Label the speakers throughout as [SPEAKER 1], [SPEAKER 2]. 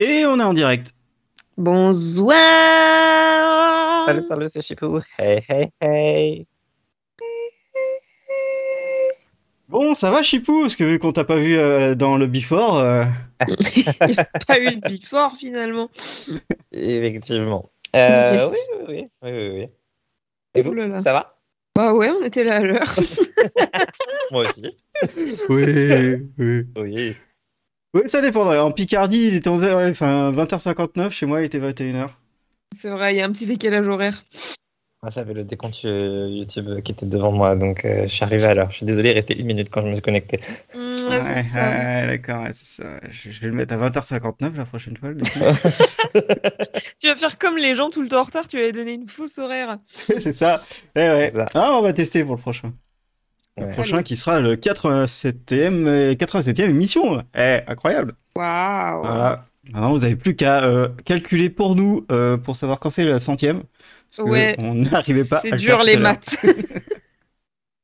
[SPEAKER 1] Et on est en direct.
[SPEAKER 2] Bonsoir
[SPEAKER 3] Salut, salut, c'est Chipou. Hey, hey, hey.
[SPEAKER 1] Bon, ça va Chipou Parce que vu qu'on t'a pas vu euh, dans le before, euh,
[SPEAKER 2] Il n'y a pas eu le before finalement.
[SPEAKER 3] Effectivement. Euh, oui, oui, oui, oui, oui, oui. Et vous,
[SPEAKER 2] Ouh là là.
[SPEAKER 3] ça va
[SPEAKER 2] Bah ouais, on était là à l'heure.
[SPEAKER 3] Moi aussi.
[SPEAKER 1] oui, oui.
[SPEAKER 3] Oui.
[SPEAKER 1] Oui, ça dépendrait. En Picardie, il était 11 heures, ouais, enfin, 20h59, chez moi il était 21h.
[SPEAKER 2] C'est vrai, il y a un petit décalage horaire.
[SPEAKER 3] Moi, j'avais le décompte euh, YouTube qui était devant moi, donc euh, je suis arrivé à l'heure. Je suis désolé, il restait une minute quand je me suis connecté.
[SPEAKER 2] Mm, ouais, c'est ça, oui.
[SPEAKER 1] d'accord, ouais, c'est ça. Je, je vais le mettre à 20h59 la prochaine fois. le défi.
[SPEAKER 2] Tu vas faire comme les gens tout le temps en retard, tu vas les donner une fausse horaire.
[SPEAKER 1] c'est ça. Eh ouais.
[SPEAKER 3] C'est ça.
[SPEAKER 1] Ah, on va tester pour le prochain. Le
[SPEAKER 3] Ouais.
[SPEAKER 1] prochain qui sera le 87e, euh, 87e émission. Eh, incroyable.
[SPEAKER 2] Waouh
[SPEAKER 1] Voilà. Maintenant, vous avez plus qu'à euh, calculer pour nous euh, pour savoir quand c'est la centième. Parce que
[SPEAKER 2] Ouais.
[SPEAKER 1] on n'arrivait pas à
[SPEAKER 2] C'est
[SPEAKER 1] le
[SPEAKER 2] dur
[SPEAKER 1] faire tout
[SPEAKER 2] les
[SPEAKER 1] à l'heure.
[SPEAKER 2] maths.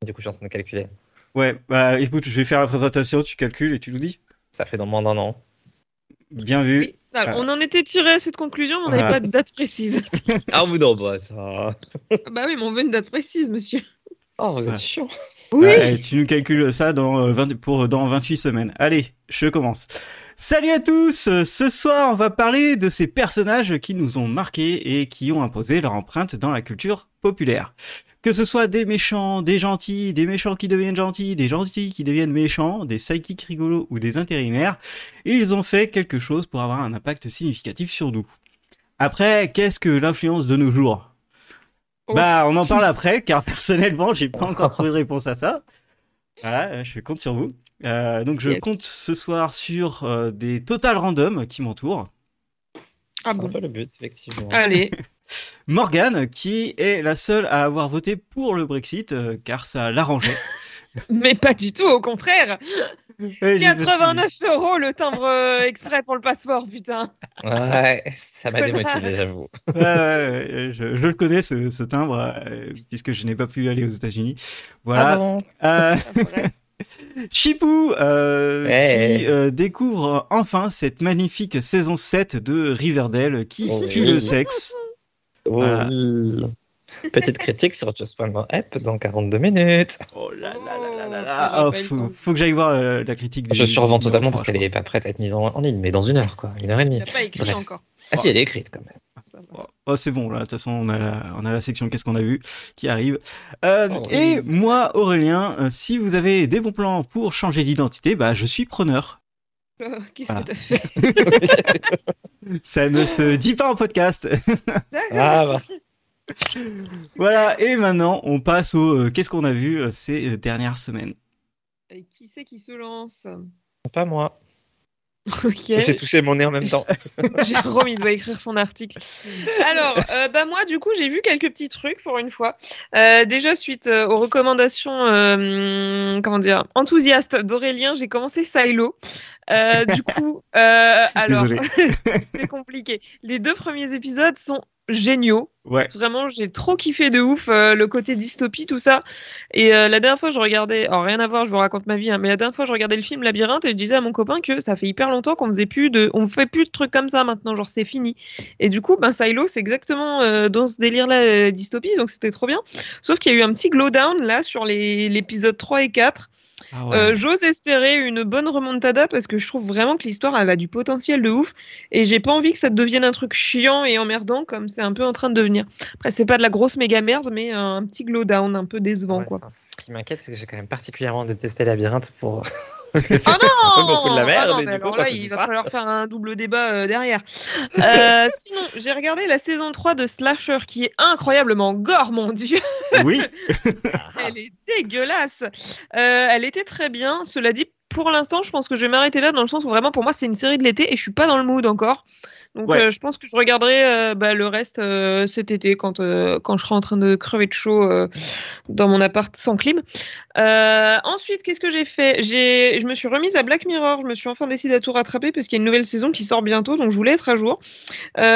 [SPEAKER 3] Du coup, je suis en train de calculer.
[SPEAKER 1] Ouais, bah écoute, je vais faire la présentation, tu calcules et tu nous dis.
[SPEAKER 3] Ça fait dans moins d'un an.
[SPEAKER 1] Bien vu.
[SPEAKER 2] Oui. Alors, on en était tiré à cette conclusion, mais on n'avait
[SPEAKER 1] Voilà.
[SPEAKER 2] pas de date précise.
[SPEAKER 3] Ah, vous non, bah, ça.
[SPEAKER 2] bah oui, mais on veut une date précise, monsieur.
[SPEAKER 3] Oh, vous
[SPEAKER 1] Ouais.
[SPEAKER 3] êtes chiant.
[SPEAKER 2] Oui
[SPEAKER 1] Ouais, Euh, tu nous calcules ça dans, euh, 20 pour, dans 28 semaines. Allez, je commence. Salut à tous euh, Ce soir, on va parler de ces personnages qui nous ont marqués et qui ont imposé leur empreinte dans la culture populaire. Que ce soit des méchants, des gentils, des méchants qui deviennent gentils, des gentils qui deviennent méchants, des psychiques rigolos ou des intérimaires, ils ont fait quelque chose pour avoir un impact significatif sur nous. Après, qu'est-ce que l'influence de nos jours
[SPEAKER 2] Oh.
[SPEAKER 1] Bah, on en parle après, car personnellement, j'ai pas encore trouvé de réponse à ça. Voilà, euh, je compte sur vous. Euh, donc, je
[SPEAKER 2] Yes.
[SPEAKER 1] compte ce soir sur euh, des total random qui m'entourent.
[SPEAKER 2] Ah
[SPEAKER 3] C'est un
[SPEAKER 2] bon Ah.
[SPEAKER 3] peu le but, effectivement.
[SPEAKER 2] Allez,
[SPEAKER 1] Morgane, qui est la seule à avoir voté pour le Brexit, euh, car ça l'arrangeait.
[SPEAKER 2] mais pas du tout, au contraire
[SPEAKER 1] Et j'ai-
[SPEAKER 2] 89 euros le timbre euh, exprès pour le passeport, putain
[SPEAKER 3] Ouais, ça m'a
[SPEAKER 2] Connard.
[SPEAKER 3] démotivé, j'avoue.
[SPEAKER 1] Ouais, ouais, ouais, je, je le connais, ce, ce timbre, euh, puisque je n'ai pas pu aller aux États-Unis.
[SPEAKER 3] Ah
[SPEAKER 1] Voilà.
[SPEAKER 3] bon
[SPEAKER 1] Euh,
[SPEAKER 2] Bref.
[SPEAKER 1] Chipou euh,
[SPEAKER 3] Hey.
[SPEAKER 1] qui euh, découvre enfin cette magnifique saison 7 de Riverdale qui
[SPEAKER 3] Oh,
[SPEAKER 1] pue
[SPEAKER 3] oui.
[SPEAKER 1] le sexe. Voilà.
[SPEAKER 3] Oui. Petite critique sur Just One More App dans 42 minutes.
[SPEAKER 1] Oh là là
[SPEAKER 2] Oh,
[SPEAKER 1] là là là
[SPEAKER 2] on
[SPEAKER 1] là.
[SPEAKER 2] n'a
[SPEAKER 1] Oh,
[SPEAKER 2] pas eu le
[SPEAKER 1] faut,
[SPEAKER 2] temps.
[SPEAKER 1] faut que j'aille voir euh, la critique.
[SPEAKER 3] Ah, Je
[SPEAKER 1] du-
[SPEAKER 3] survends
[SPEAKER 1] du
[SPEAKER 3] totalement
[SPEAKER 1] numéro
[SPEAKER 3] parce
[SPEAKER 1] trois,
[SPEAKER 3] qu'elle
[SPEAKER 1] je
[SPEAKER 3] est pas prête à être mise en, en ligne, mais dans une heure, quoi. Une heure et demie.
[SPEAKER 2] T'as pas écrit
[SPEAKER 3] Bref.
[SPEAKER 2] encore.
[SPEAKER 3] Ah si, elle est écrite quand même.
[SPEAKER 2] Ça va.
[SPEAKER 1] crois. Oh, c'est bon, là, de toute façon, on a la, on a la section Qu'est-ce qu'on a vu qui arrive. Euh,
[SPEAKER 3] Oh,
[SPEAKER 1] et
[SPEAKER 3] oui.
[SPEAKER 1] moi, Aurélien, euh, si vous avez des bons plans pour changer d'identité, bah, je suis preneur.
[SPEAKER 2] Euh, Qu'est-ce
[SPEAKER 1] Voilà.
[SPEAKER 2] que t'as fait
[SPEAKER 1] Ça ne se dit pas en podcast.
[SPEAKER 2] D'accord.
[SPEAKER 3] Ah bah.
[SPEAKER 1] voilà, et maintenant, on passe au euh, Qu'est-ce qu'on a vu euh, ces euh, dernières semaines.
[SPEAKER 2] Et Qui c'est qui se lance
[SPEAKER 3] Pas moi.
[SPEAKER 2] Ok,
[SPEAKER 3] J'ai touché mon nez en même temps.
[SPEAKER 2] Jérôme, il doit écrire son article. Alors, euh, bah moi, du coup, j'ai vu quelques petits trucs pour une fois. Euh, déjà, suite euh, aux recommandations, euh, comment dire, enthousiastes d'Aurélien, j'ai commencé Silo. Euh, du coup, euh, alors,
[SPEAKER 1] Désolé.
[SPEAKER 2] c'est compliqué. Les deux premiers épisodes sont géniaux.
[SPEAKER 1] Ouais.
[SPEAKER 2] Vraiment, j'ai trop kiffé de ouf euh, le côté dystopie, tout ça. Et euh, la dernière fois, je regardais, alors rien à voir, je vous raconte ma vie, hein, mais la dernière fois, je regardais le film Labyrinthe et je disais à mon copain que ça fait hyper longtemps qu'on faisait plus de, on fait plus de trucs comme ça maintenant, genre c'est fini. Et du coup, ben Silo, c'est exactement euh, dans ce délire-là, euh, dystopie, donc c'était trop bien. Sauf qu'il y a eu un petit glow down là sur les- l'épisode 3 et 4.
[SPEAKER 1] Ah
[SPEAKER 2] Euh, J'ose espérer une bonne remontada parce que je trouve vraiment que l'histoire elle a du potentiel de ouf et j'ai pas envie que ça devienne un truc chiant et emmerdant comme c'est un peu en train de devenir. Après c'est pas de la grosse méga merde mais un petit glow down un peu décevant
[SPEAKER 3] Ouais,
[SPEAKER 2] quoi.
[SPEAKER 3] enfin, ce qui m'inquiète, c'est que j'ai quand même particulièrement détesté Labyrinthe pour.
[SPEAKER 2] Oh non
[SPEAKER 3] un peu beaucoup de la merde,
[SPEAKER 2] non,
[SPEAKER 3] et
[SPEAKER 2] mais
[SPEAKER 3] du coup,
[SPEAKER 2] alors
[SPEAKER 3] quand
[SPEAKER 2] là,
[SPEAKER 3] tu dis
[SPEAKER 2] il va
[SPEAKER 3] ça-
[SPEAKER 2] falloir faire un double débat euh, derrière. Euh, sinon, j'ai regardé la saison 3 de Slasher qui est incroyablement gore, mon dieu.
[SPEAKER 1] Oui.
[SPEAKER 3] ah.
[SPEAKER 2] Elle est dégueulasse. Euh, elle était très bien. Cela dit, pour l'instant, je pense que je vais m'arrêter là dans le sens où vraiment pour moi c'est une série de l'été et je suis pas dans le mood encore. Donc
[SPEAKER 1] Ouais.
[SPEAKER 2] euh, je pense que je regarderai euh, bah, le reste euh, cet été quand, euh, quand je serai en train de crever de chaud euh, dans mon appart sans clim. Euh, ensuite, qu'est-ce que j'ai fait J'ai, Je me suis remise à Black Mirror. Je me suis enfin décidée à tout rattraper parce qu'il y a une nouvelle saison qui sort bientôt, donc je voulais être à jour.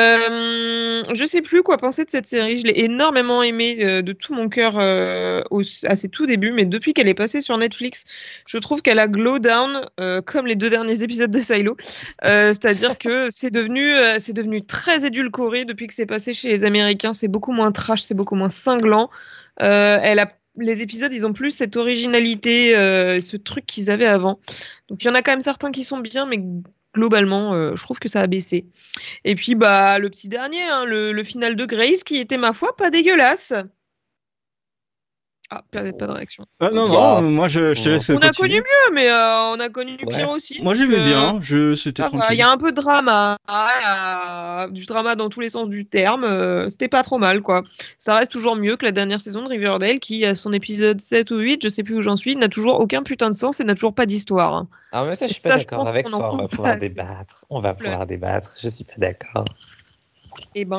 [SPEAKER 2] Euh, je sais plus quoi penser de cette série. Je l'ai énormément aimée euh, de tout mon cœur euh, au- à ses tout débuts, mais depuis qu'elle est passée sur Netflix, je trouve qu'elle a glow down euh, comme les deux derniers épisodes de Silo. Euh, C'est-à-dire que c'est devenu, euh, c'est devenu très édulcoré depuis que c'est passé chez les Américains. C'est beaucoup moins trash, c'est beaucoup moins cinglant. Euh, elle a les épisodes, ils ont plus cette originalité, euh, ce truc qu'ils avaient avant. Donc il y en a quand même certains qui sont bien, mais globalement, euh, je trouve que ça a baissé. Et puis bah le petit dernier, hein, le, le final de Grace, qui était ma foi pas dégueulasse. Ah, pas, pas de réaction.
[SPEAKER 1] Ah, non,
[SPEAKER 3] Bah,
[SPEAKER 1] non, moi je, je te
[SPEAKER 3] on-
[SPEAKER 1] laisse
[SPEAKER 2] On a
[SPEAKER 1] continuer.
[SPEAKER 2] connu mieux, mais euh, on a connu
[SPEAKER 3] Ouais.
[SPEAKER 2] pire aussi.
[SPEAKER 1] Moi
[SPEAKER 2] donc,
[SPEAKER 1] j'aimais
[SPEAKER 2] euh,
[SPEAKER 1] bien, je, c'était
[SPEAKER 2] ça va, Il
[SPEAKER 1] tranquille.
[SPEAKER 2] y a un peu de drama, il y a du drama dans tous les sens du terme. euh, C'était pas trop mal, quoi. Ça reste toujours mieux que la dernière saison de Riverdale, qui, à son épisode 7 ou 8, je sais plus où j'en suis, n'a toujours aucun putain de sens et n'a toujours pas d'histoire. hein.
[SPEAKER 3] Ah, mais ça, je suis
[SPEAKER 2] Ça,
[SPEAKER 3] pas
[SPEAKER 2] je
[SPEAKER 3] d'accord
[SPEAKER 2] pense
[SPEAKER 3] avec
[SPEAKER 2] qu'on en
[SPEAKER 3] toi. On va
[SPEAKER 2] parle
[SPEAKER 3] pouvoir
[SPEAKER 2] assez.
[SPEAKER 3] débattre. On va
[SPEAKER 2] Pleure.
[SPEAKER 3] pouvoir débattre. Je suis pas d'accord.
[SPEAKER 2] Et ben.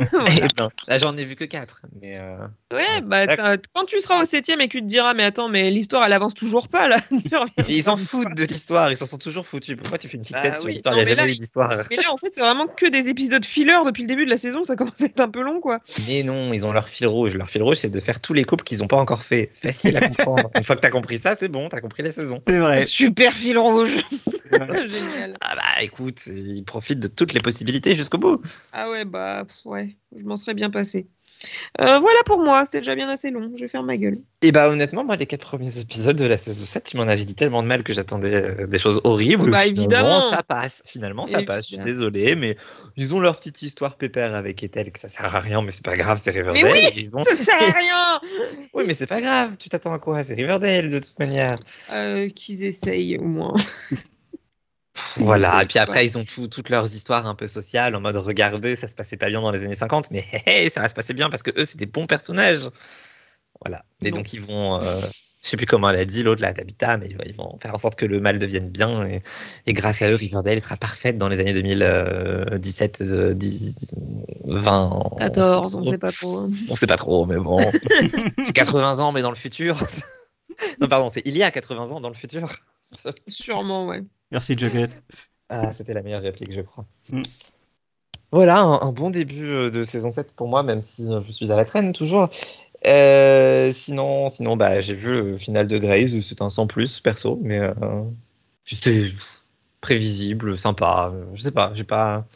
[SPEAKER 3] Eh
[SPEAKER 2] Voilà.
[SPEAKER 3] ben, là, j'en ai vu que 4. Mais euh,
[SPEAKER 2] Ouais, bah, t'as- quand tu seras au 7 et que tu te diras, mais attends, mais l'histoire, elle avance toujours pas, là. tu reviens.
[SPEAKER 3] mais ils s'en foutent de l'histoire. Ils s'en sont toujours foutus. Pourquoi tu fais une fixette
[SPEAKER 2] Bah
[SPEAKER 3] sur
[SPEAKER 2] oui,
[SPEAKER 3] l'histoire
[SPEAKER 2] non,
[SPEAKER 3] Il n'y a
[SPEAKER 2] mais
[SPEAKER 3] jamais
[SPEAKER 2] là,
[SPEAKER 3] eu d'histoire.
[SPEAKER 2] mais là, en fait, c'est vraiment que des épisodes filler depuis le début de la saison. Ça commence à être un peu long, quoi.
[SPEAKER 3] Mais non, ils ont leur fil rouge. Leur fil rouge, c'est de faire tous les couples qu'ils n'ont pas encore fait. C'est facile à comprendre. Une fois que t'as compris ça, c'est bon, t'as compris la saison.
[SPEAKER 1] C'est vrai.
[SPEAKER 2] Super fil rouge.
[SPEAKER 1] Ouais.
[SPEAKER 2] Génial.
[SPEAKER 3] Ah bah écoute, ils profitent de toutes les possibilités jusqu'au bout.
[SPEAKER 2] Ah ouais, bah pff, ouais, je m'en serais bien passé. Euh, voilà pour moi, c'était déjà bien assez long, je vais faire ma gueule.
[SPEAKER 3] Et bah honnêtement, moi les quatre premiers épisodes de la saison 7, tu m'en avais dit tellement de mal que j'attendais euh, des choses horribles.
[SPEAKER 2] Bah,
[SPEAKER 3] Finalement,
[SPEAKER 2] évidemment.
[SPEAKER 3] ça passe. Finalement ça passe. Je suis
[SPEAKER 2] Évidemment.
[SPEAKER 3] désolé, mais ils ont leur petite histoire pépère avec Ethel que ça sert à rien, mais c'est pas grave, c'est Riverdale.
[SPEAKER 2] Mais oui,
[SPEAKER 3] ils ont...
[SPEAKER 2] Ça sert à rien
[SPEAKER 3] oui, mais c'est pas grave. Tu t'attends à quoi C'est Riverdale de toute manière.
[SPEAKER 2] Euh, Qu'ils essayent au moins.
[SPEAKER 3] Voilà,
[SPEAKER 2] c'est-
[SPEAKER 3] et puis après, ils ont tout- toutes leurs histoires un peu sociales, en mode regardez, ça se passait pas bien dans les années 50, mais hé, hé, ça va se passer bien parce que eux, c'est des bons personnages. Voilà. Et
[SPEAKER 2] Non.
[SPEAKER 3] donc, ils vont. euh, je sais plus comment elle a dit, l'autre, la Tabitha, mais ils vont faire en sorte que le mal devienne bien. Et, et grâce à eux, Riverdale sera parfaite dans les années euh, 2017, 10, 20.
[SPEAKER 2] 14, on
[SPEAKER 3] trop.
[SPEAKER 2] sait pas trop. hein.
[SPEAKER 3] On sait pas trop, mais bon. c'est 80 ans, mais dans le futur. non, pardon, c'est il y a 80 ans dans le futur.
[SPEAKER 2] Sûrement, ouais.
[SPEAKER 1] Merci Jogette.
[SPEAKER 3] Ah, c'était la meilleure réplique, je crois.
[SPEAKER 1] Mm.
[SPEAKER 3] Voilà, un, un bon début euh, de saison 7 pour moi, même si euh, je suis à la traîne toujours. Euh, sinon, sinon bah, j'ai vu le final de Grace, où c'est un sans plus, perso, mais euh, c'était prévisible, sympa. euh, Je sais pas, j'ai pas.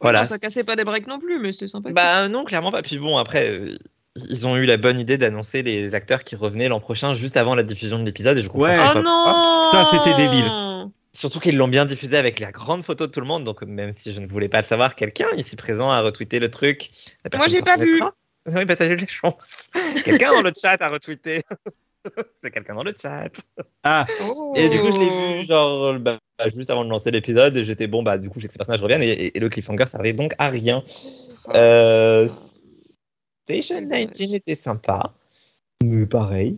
[SPEAKER 3] Voilà.
[SPEAKER 2] Bon, ça cassait pas des breaks non plus, mais c'était sympa.
[SPEAKER 3] Bah non, clairement pas. Puis bon, après, euh, ils ont eu la bonne idée d'annoncer les acteurs qui revenaient l'an prochain, juste avant la diffusion de l'épisode, et je comprends
[SPEAKER 1] Ouais.
[SPEAKER 2] oh
[SPEAKER 3] pas pourquoi.
[SPEAKER 2] non
[SPEAKER 1] Ça, c'était débile.
[SPEAKER 3] Surtout qu'ils l'ont bien diffusé avec la grande photo de tout le monde, donc même si je ne voulais pas le savoir, quelqu'un ici présent a retweeté le truc. La
[SPEAKER 2] Moi,
[SPEAKER 3] personne
[SPEAKER 2] j'ai
[SPEAKER 3] sur
[SPEAKER 2] pas
[SPEAKER 3] son
[SPEAKER 2] vu.
[SPEAKER 3] écran. Oui, bah t'as eu les chances. Quelqu'un dans le chat a retweeté. C'est quelqu'un dans le chat.
[SPEAKER 1] Ah,
[SPEAKER 2] Oh.
[SPEAKER 3] Et du coup, je l'ai vu genre bah, juste avant de lancer l'épisode. et J'étais bon, bah du coup, je sais que ces personnages reviennent et, et- et le cliffhanger servait donc à rien.
[SPEAKER 2] Ah.
[SPEAKER 3] Euh, Station 19 était sympa, mais pareil.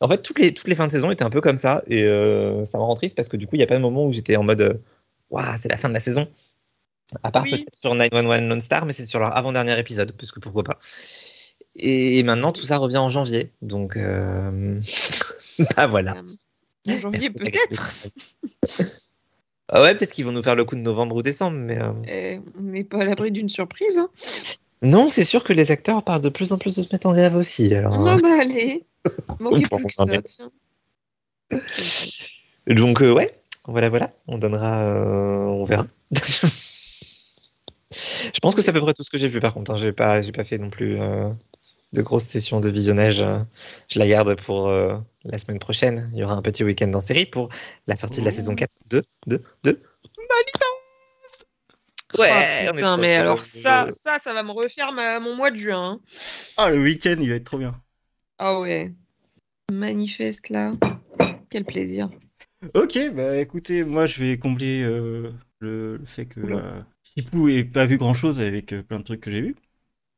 [SPEAKER 3] En fait, toutes les, toutes les fins de saison étaient un peu comme ça, et euh, ça me rend triste parce que du coup, il n'y a pas de moment où j'étais en mode euh, Waouh, c'est la fin de la saison. À part
[SPEAKER 2] Oui.
[SPEAKER 3] peut-être sur 911 Non Star, mais c'est sur leur avant-dernier épisode, parce que pourquoi pas. Et, maintenant, tout ça revient en janvier, donc. euh, bah voilà.
[SPEAKER 2] Euh, En janvier,
[SPEAKER 3] Merci,
[SPEAKER 2] peut-être.
[SPEAKER 3] Agathe. ah ouais, peut-être qu'ils vont nous faire le coup de novembre ou décembre, mais. euh,
[SPEAKER 2] Eh, on n'est pas à l'abri d'une surprise. hein.
[SPEAKER 3] Non, c'est sûr que les acteurs parlent de plus en plus de se mettre en grève aussi. Alors,
[SPEAKER 2] Non, bah allez. Manquez
[SPEAKER 3] Bon,
[SPEAKER 2] plus que
[SPEAKER 3] on va
[SPEAKER 2] ça, tiens.
[SPEAKER 3] euh, Donc, euh, ouais, voilà, voilà. On donnera. euh, on verra. Je pense que c'est à peu près tout ce que j'ai vu, par contre. hein. J'ai pas, j'ai pas fait non plus euh, de grosses sessions de visionnage. euh. Je la garde pour euh, la semaine prochaine. Il y aura un petit week-end en série pour la sortie de la
[SPEAKER 1] Ouh.
[SPEAKER 3] saison 4 de. de, de... Ouais,
[SPEAKER 2] Ah,
[SPEAKER 3] on est
[SPEAKER 2] putain,
[SPEAKER 3] trop
[SPEAKER 2] mais
[SPEAKER 3] heureux.
[SPEAKER 2] alors ça, ça, ça va me refaire ma- mon mois de juin. hein.
[SPEAKER 1] ah, le week-end il va être trop bien.
[SPEAKER 2] Ah ouais. Manifeste là. Quel plaisir.
[SPEAKER 1] Ok, bah écoutez, moi je vais combler euh, le, le fait que
[SPEAKER 2] Oula.
[SPEAKER 1] euh, Chipou ait pas vu grand-chose avec euh, plein de trucs que j'ai vus.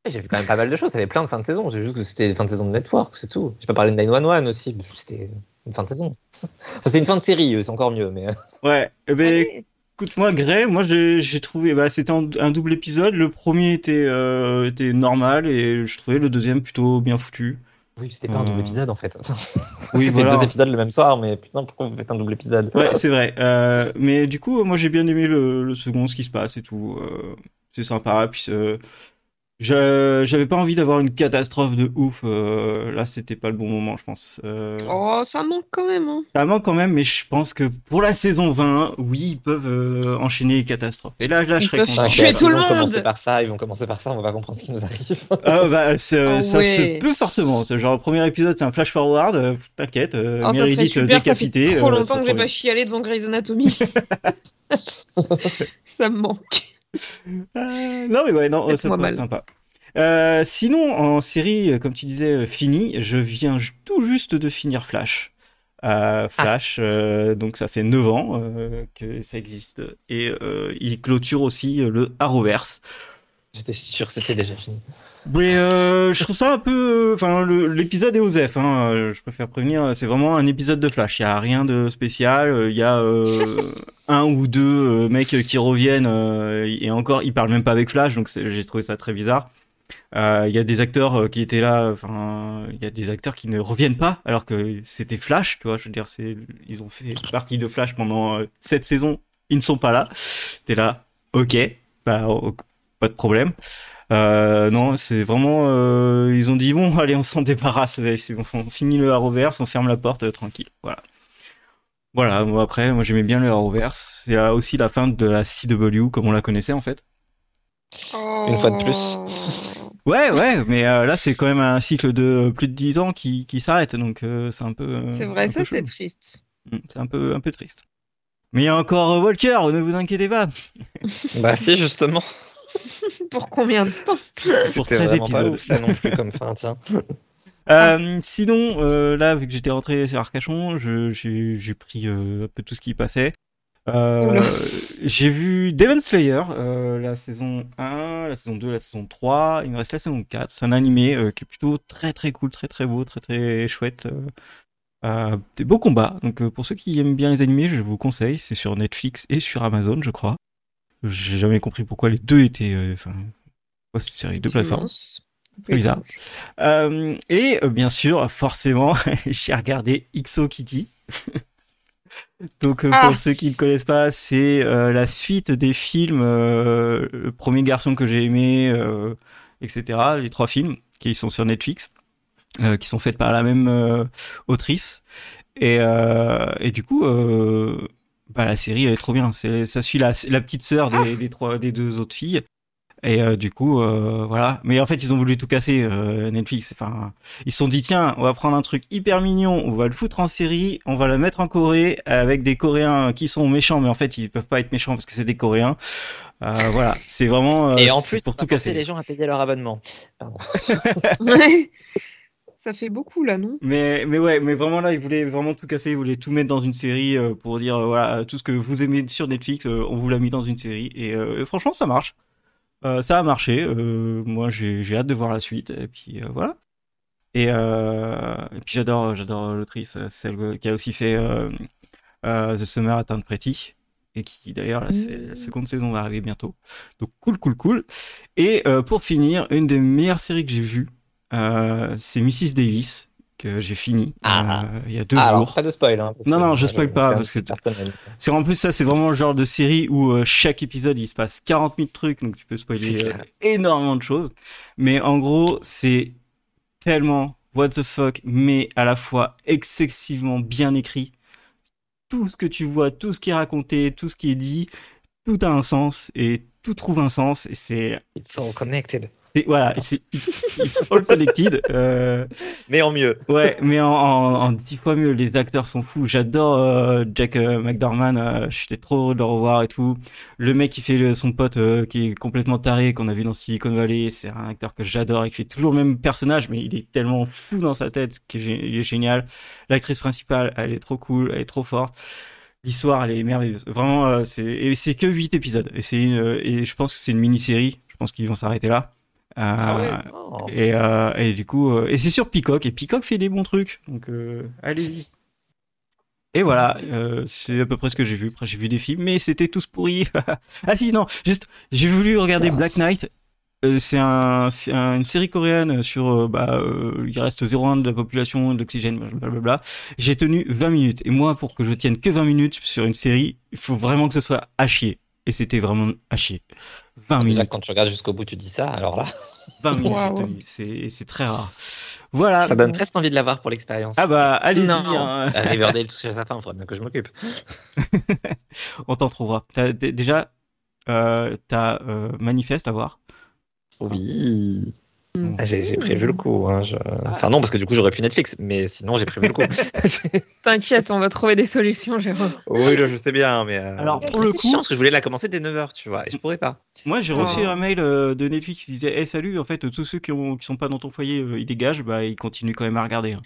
[SPEAKER 3] Ouais, J'ai vu quand même pas mal de choses, ça avait plein de fins de saison, c'est juste que c'était des fins de saison de Network, c'est tout. J'ai pas parlé de 911 aussi, mais c'était une fin de saison. Enfin, c'est une fin de série, euh, c'est encore mieux, mais... euh,
[SPEAKER 1] Ouais, eh ben,
[SPEAKER 2] Allez.
[SPEAKER 1] Écoute-moi, Grey, moi j'ai j'ai trouvé, bah, c'était un, un double épisode. Le premier était, euh, était normal et je trouvais le deuxième plutôt bien foutu.
[SPEAKER 3] Oui, c'était pas un
[SPEAKER 1] Euh.
[SPEAKER 3] double épisode en fait.
[SPEAKER 1] Oui,
[SPEAKER 3] c'était
[SPEAKER 1] voilà.
[SPEAKER 3] deux épisodes le même soir, mais putain, pourquoi vous faites un double épisode
[SPEAKER 1] Ouais, c'est vrai. Euh, mais du coup, moi j'ai bien aimé le, le second, ce qui se passe et tout. Euh, c'est sympa. Puis euh, je- j'avais pas envie d'avoir une catastrophe de ouf. Euh, là, c'était pas le bon moment, je pense. Euh,
[SPEAKER 2] Oh, ça manque quand même. hein.
[SPEAKER 1] Ça manque quand même, mais je pense que pour la saison 20, oui, ils peuvent euh, enchaîner les catastrophes. Et là, là je
[SPEAKER 2] Ils
[SPEAKER 1] serais
[SPEAKER 2] peuvent
[SPEAKER 1] content.
[SPEAKER 3] T'inquiète,
[SPEAKER 2] Tuer tout le
[SPEAKER 3] Ils
[SPEAKER 2] monde.
[SPEAKER 3] vont commencer par ça, ils vont commencer par ça, on va comprendre ce qui nous arrive.
[SPEAKER 1] Ah bah ça,
[SPEAKER 2] Ah
[SPEAKER 1] ça se
[SPEAKER 2] ouais.
[SPEAKER 1] peut fortement. C'est Genre le premier épisode c'est un flash forward, euh, t'inquiète, euh,
[SPEAKER 2] Oh, ça serait
[SPEAKER 1] Meredith
[SPEAKER 2] super, ça fait
[SPEAKER 1] décapitée.
[SPEAKER 2] trop
[SPEAKER 1] euh,
[SPEAKER 2] longtemps
[SPEAKER 1] c'est
[SPEAKER 2] que j'ai
[SPEAKER 1] trop
[SPEAKER 2] pas chialé devant Grey's Anatomy. ça me manque.
[SPEAKER 1] bien. Euh, non mais ouais, non, ça
[SPEAKER 2] Faites-moi
[SPEAKER 1] peut être
[SPEAKER 2] mal.
[SPEAKER 1] sympa. Euh, sinon, en série, euh, comme tu disais, euh, finie, je viens ju- tout juste de finir Flash.
[SPEAKER 2] Ah.
[SPEAKER 1] Euh, Flash, euh, donc ça fait 9 ans euh, que ça existe. Et euh, il clôture aussi euh, le Arrowverse.
[SPEAKER 3] J'étais sûr que c'était déjà fini.
[SPEAKER 1] Mais euh, je trouve ça un peu. Enfin, le- l'épisode est Osef. Hein, euh, je préfère prévenir. C'est vraiment un épisode de Flash. Il y a rien de spécial. euh, Il y a euh, un ou deux euh, mecs qui reviennent euh, et encore, ils parlent même pas avec Flash. Donc c'est- j'ai trouvé ça très bizarre. Euh, Il y a des acteurs euh, qui étaient là. Enfin, il y a des acteurs qui ne reviennent pas alors que c'était Flash. Tu vois, je veux dire, c'est ils ont fait partie de Flash pendant euh, sept saisons. Ils ne sont pas là. T'es là. Ok. Bah, o- pas de problème. Euh, non, c'est vraiment. euh, ils ont dit bon, allez, on s'en débarrasse. c'est bon, on finit le Arrowverse, on ferme la porte, euh, tranquille. Voilà. Voilà. Bon, après, moi j'aimais bien le Arrowverse. C'est euh, aussi la fin de la CW comme on la connaissait en fait.
[SPEAKER 2] Oh.
[SPEAKER 3] Une fois de plus.
[SPEAKER 1] Ouais, ouais. Mais euh, là, c'est quand même un cycle de euh, plus de 10 ans qui, qui s'arrête, donc euh, c'est un peu. euh,
[SPEAKER 2] C'est
[SPEAKER 1] un
[SPEAKER 2] vrai,
[SPEAKER 1] peu
[SPEAKER 2] ça
[SPEAKER 1] chaud.
[SPEAKER 2] c'est triste.
[SPEAKER 1] Mm, C'est un peu un peu triste. Mais il y a encore euh, Walker. Ne vous inquiétez pas.
[SPEAKER 3] Bah si, justement.
[SPEAKER 2] Pour combien de temps
[SPEAKER 1] Pour
[SPEAKER 3] C'était
[SPEAKER 1] 13
[SPEAKER 3] vraiment pas
[SPEAKER 1] épisodes.
[SPEAKER 3] ça non plus comme fin, tiens.
[SPEAKER 1] Euh, sinon, euh, là, vu que j'étais rentré sur Arcachon, je- j'ai j'ai pris euh, un peu tout ce qui passait. Euh,
[SPEAKER 2] Oula.
[SPEAKER 1] j'ai vu Demon Slayer, euh, la saison 1, la saison 2, la saison 3, il me reste la saison 4. C'est un animé euh, qui est plutôt très très cool, très très beau, très très chouette. euh, euh, des beaux combats. Donc euh, pour ceux qui aiment bien les animés, je vous conseille. C'est sur Netflix et sur Amazon, je crois. J'ai jamais compris pourquoi les deux étaient... euh, Enfin, pourquoi c'est une série de plateformes.
[SPEAKER 2] Immense.
[SPEAKER 1] Très bizarre. Euh, et euh, bien sûr, forcément, j'ai regardé XO Kitty. Donc euh,
[SPEAKER 2] Ah.
[SPEAKER 1] pour ceux qui ne connaissent pas, c'est euh, la suite des films euh, Le premier garçon que j'ai aimé, euh, etc. Les trois films qui sont sur Netflix, euh, qui sont faits par la même euh, autrice. Et, euh, et du coup, euh, bah, la série elle est trop bien. C'est, ça suit la, la petite sœur des,
[SPEAKER 3] Ah.
[SPEAKER 1] des trois, des deux autres filles. Et euh, du coup, euh, voilà. Mais en fait, ils ont voulu tout casser euh, Netflix. Enfin, ils se sont dit tiens, on va prendre un truc hyper mignon, on va le foutre en série, on va le mettre en Corée avec des Coréens qui sont méchants, mais en fait, ils peuvent pas être méchants parce que c'est des Coréens. Euh, voilà, c'est vraiment euh,
[SPEAKER 3] Et en
[SPEAKER 1] c'est
[SPEAKER 3] plus,
[SPEAKER 1] pour
[SPEAKER 3] on
[SPEAKER 1] tout
[SPEAKER 3] va forcer
[SPEAKER 1] casser.
[SPEAKER 3] les gens à payer leur abonnement.
[SPEAKER 2] Ouais. Ça fait beaucoup là, non
[SPEAKER 1] Mais, mais ouais, mais vraiment là, ils voulaient vraiment tout casser, ils voulaient tout mettre dans une série euh, pour dire euh, voilà, tout ce que vous aimez sur Netflix, euh, on vous l'a mis dans une série. Et euh, franchement, ça marche. Euh, ça a marché. Euh, moi, j'ai j'ai hâte de voir la suite. Et puis euh, voilà. Et, euh, et puis j'adore j'adore l'autrice, euh, celle qui a aussi fait euh, euh, The Summer at Town Pretty. Et qui d'ailleurs, la, sé- la seconde saison va arriver bientôt. Donc cool, cool, cool. Et euh, pour finir, une des meilleures séries que j'ai vues, euh, c'est Mrs. Davis, que j'ai fini
[SPEAKER 3] Ah.
[SPEAKER 1] euh, il y a deux
[SPEAKER 3] Ah, alors,
[SPEAKER 1] jours.
[SPEAKER 3] pas de spoil. Hein, parce
[SPEAKER 1] Non,
[SPEAKER 3] que
[SPEAKER 1] non, je
[SPEAKER 3] moi,
[SPEAKER 1] spoil
[SPEAKER 3] je-
[SPEAKER 1] pas,
[SPEAKER 3] je-
[SPEAKER 1] parce que-
[SPEAKER 3] personne n'a lu.
[SPEAKER 1] C'est en plus ça, c'est vraiment le genre de série où euh, chaque épisode il se passe 40 000 trucs, donc tu peux spoiler
[SPEAKER 3] C'est
[SPEAKER 1] euh,
[SPEAKER 3] clair.
[SPEAKER 1] énormément de choses. Mais en gros, c'est tellement what the fuck, mais à la fois excessivement bien écrit. Tout ce que tu vois, tout ce qui est raconté, tout ce qui est dit, tout a un sens et tout trouve un sens. Et c'est,
[SPEAKER 3] Ils sont connected.
[SPEAKER 1] c'est voilà, et c'est it's, it's all connected. Euh,
[SPEAKER 3] Mais en mieux.
[SPEAKER 1] Ouais, mais en, en, en dix fois mieux, les acteurs sont fous. J'adore euh, Jack euh, McDormand, euh, j'étais trop heureux de le revoir et tout. Le mec qui fait le- son pote euh, qui est complètement taré, qu'on a vu dans Silicon Valley, c'est un acteur que j'adore et qui fait toujours le même personnage, mais il est tellement fou dans sa tête qu'il est génial. L'actrice principale, elle est trop cool, elle est trop forte. L'histoire, elle est merveilleuse. Vraiment, euh, c'est et c'est que huit épisodes. Et, c'est une- euh, et je pense que c'est une mini-série, je pense qu'ils vont s'arrêter là. Euh,
[SPEAKER 3] Oh.
[SPEAKER 1] et, euh, et du coup, euh, et c'est sur Peacock, et Peacock fait des bons trucs, donc euh, allez-y. Et voilà, euh, c'est à peu près ce que j'ai vu. Après, j'ai vu des films, mais c'était tous pourris. ah si, non, juste, j'ai voulu regarder Black Knight. Euh, c'est un, un- une série coréenne sur, euh, bah, euh, il reste 0,1 de la population, de l'oxygène, blablabla. J'ai tenu 20 minutes. Et moi, pour que je tienne que 20 minutes sur une série, il faut vraiment que ce soit à chier. Et c'était vraiment à chier. 20
[SPEAKER 3] Déjà,
[SPEAKER 1] minutes.
[SPEAKER 3] Ah, quand tu regardes jusqu'au bout, tu dis ça, alors là,
[SPEAKER 1] 20 minutes,
[SPEAKER 2] Waouh.
[SPEAKER 1] j'ai tenu. C'est- c'est très rare. Voilà.
[SPEAKER 3] ça donne presque envie de l'avoir pour l'expérience.
[SPEAKER 1] Ah bah, allez-y.
[SPEAKER 2] Non.
[SPEAKER 1] hein.
[SPEAKER 3] Euh, Riverdale, tout sur sa fin, il faudrait bien que je m'occupe.
[SPEAKER 1] On t'en trouvera. T'as- d- déjà, euh, t'as euh, Manifeste à voir.
[SPEAKER 3] Oui.
[SPEAKER 2] Mm.
[SPEAKER 3] Ah, J'ai j'ai prévu le coup. hein, je-
[SPEAKER 1] Ah.
[SPEAKER 3] Enfin, non, parce que du coup, j'aurais pu Netflix, mais sinon, j'ai prévu le coup.
[SPEAKER 2] T'inquiète, on va trouver des solutions, Jérôme.
[SPEAKER 3] oui, là, je sais bien, mais. euh,
[SPEAKER 1] Alors, pour
[SPEAKER 3] mais
[SPEAKER 1] le
[SPEAKER 3] c'est
[SPEAKER 1] coup-
[SPEAKER 3] chiant, parce que je voulais la commencer dès 9h, tu vois, et je pourrais pas.
[SPEAKER 1] Moi, j'ai reçu
[SPEAKER 2] Oh.
[SPEAKER 1] un mail euh, de Netflix qui disait Eh, salut, en fait, tous ceux qui, ont, qui sont pas dans ton foyer, euh, ils dégagent, bah, ils continuent quand même à regarder. hein.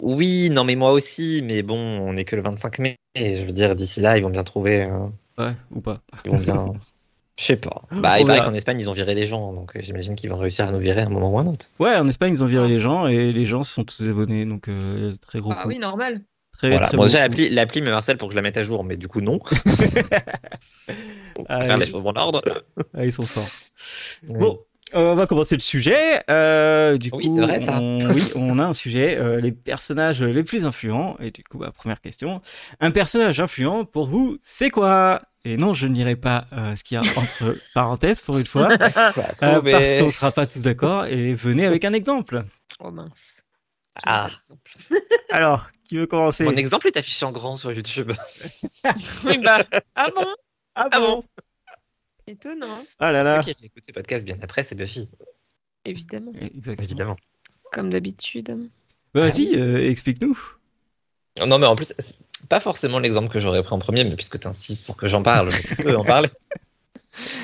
[SPEAKER 3] Oui, non, mais moi aussi, mais bon, on est que le 25 mai. Et je veux dire, d'ici là, ils vont bien trouver. hein,
[SPEAKER 1] Ouais, ou pas.
[SPEAKER 3] ils vont bien. Je sais pas. Bah, il
[SPEAKER 1] On
[SPEAKER 3] paraît
[SPEAKER 1] verra.
[SPEAKER 3] qu'en Espagne, ils ont viré les gens, donc euh, j'imagine qu'ils vont réussir à nous virer à un moment ou à un autre.
[SPEAKER 1] Ouais, en Espagne, ils ont viré les gens et les gens se sont tous abonnés, donc euh, très gros.
[SPEAKER 2] Ah
[SPEAKER 1] coup.
[SPEAKER 2] oui, normal.
[SPEAKER 1] Très,
[SPEAKER 3] voilà.
[SPEAKER 1] très
[SPEAKER 3] bon,
[SPEAKER 1] bon
[SPEAKER 3] déjà,
[SPEAKER 1] coup.
[SPEAKER 3] l'appli, l'appli me harcèle pour que je la mette à jour, mais du coup, non. Pour
[SPEAKER 1] Ah,
[SPEAKER 3] faire
[SPEAKER 1] oui.
[SPEAKER 3] les choses dans l'ordre.
[SPEAKER 1] Ah, ils sont forts. Bon, euh, on va commencer le sujet. Euh, du
[SPEAKER 3] Ah Oui,
[SPEAKER 1] coup,
[SPEAKER 3] c'est vrai, ça.
[SPEAKER 1] On, oui, on a un sujet, euh, les personnages les plus influents. Et du coup, bah, première question. Un personnage influent, pour vous, c'est quoi Et non, je ne dirai pas euh, ce qu'il y a entre parenthèses pour une fois, euh,
[SPEAKER 3] Ah,
[SPEAKER 1] parce qu'on ne sera pas tous d'accord. Et venez avec un exemple.
[SPEAKER 2] Oh mince.
[SPEAKER 3] Ah.
[SPEAKER 1] Alors, qui veut commencer
[SPEAKER 3] Mon exemple est affiché en grand sur YouTube.
[SPEAKER 2] Oui, bah. Ah bon
[SPEAKER 1] Ah
[SPEAKER 3] Ah
[SPEAKER 1] bon
[SPEAKER 3] bon
[SPEAKER 2] Étonnant.
[SPEAKER 1] Ah là là.
[SPEAKER 3] Ceux qui écoutent ces podcasts bien après, c'est Buffy,
[SPEAKER 2] Évidemment.
[SPEAKER 1] Exactement.
[SPEAKER 3] évidemment.
[SPEAKER 2] Comme d'habitude.
[SPEAKER 1] Bah, Vas-y, euh, explique-nous. Mm.
[SPEAKER 3] Non, mais en plus, c'est pas forcément l'exemple que j'aurais pris en premier, mais puisque t'insistes pour que j'en parle, je peux en parler.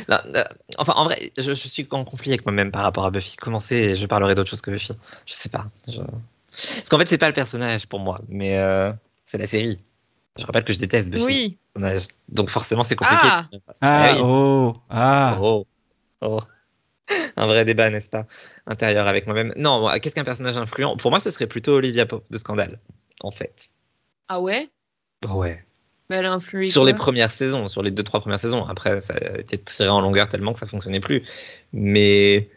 [SPEAKER 3] Non, euh, enfin, en vrai, je, je suis en conflit avec moi-même par rapport à Buffy. Comment c'est et Je parlerai d'autre chose que Buffy. Je sais pas. je- Parce qu'en fait, c'est pas le personnage pour moi, mais euh, c'est la série. Je rappelle que je déteste Buffy,
[SPEAKER 2] Oui.
[SPEAKER 3] le personnage. Donc forcément, c'est compliqué.
[SPEAKER 2] Ah
[SPEAKER 1] Ah,
[SPEAKER 3] oui.
[SPEAKER 1] oh, ah.
[SPEAKER 3] Oh. Oh. Un vrai débat, n'est-ce pas Intérieur avec moi-même. Non, moi, qu'est-ce qu'un personnage influent Pour moi, ce serait plutôt Olivia Pope de Scandale, en fait.
[SPEAKER 2] Ah ouais
[SPEAKER 3] Ouais.
[SPEAKER 2] Bah, elle a influé.
[SPEAKER 3] Sur
[SPEAKER 2] quoi
[SPEAKER 3] les premières saisons, sur les deux, trois premières saisons. Après, ça a été tiré en longueur tellement que ça fonctionnait plus. Mais,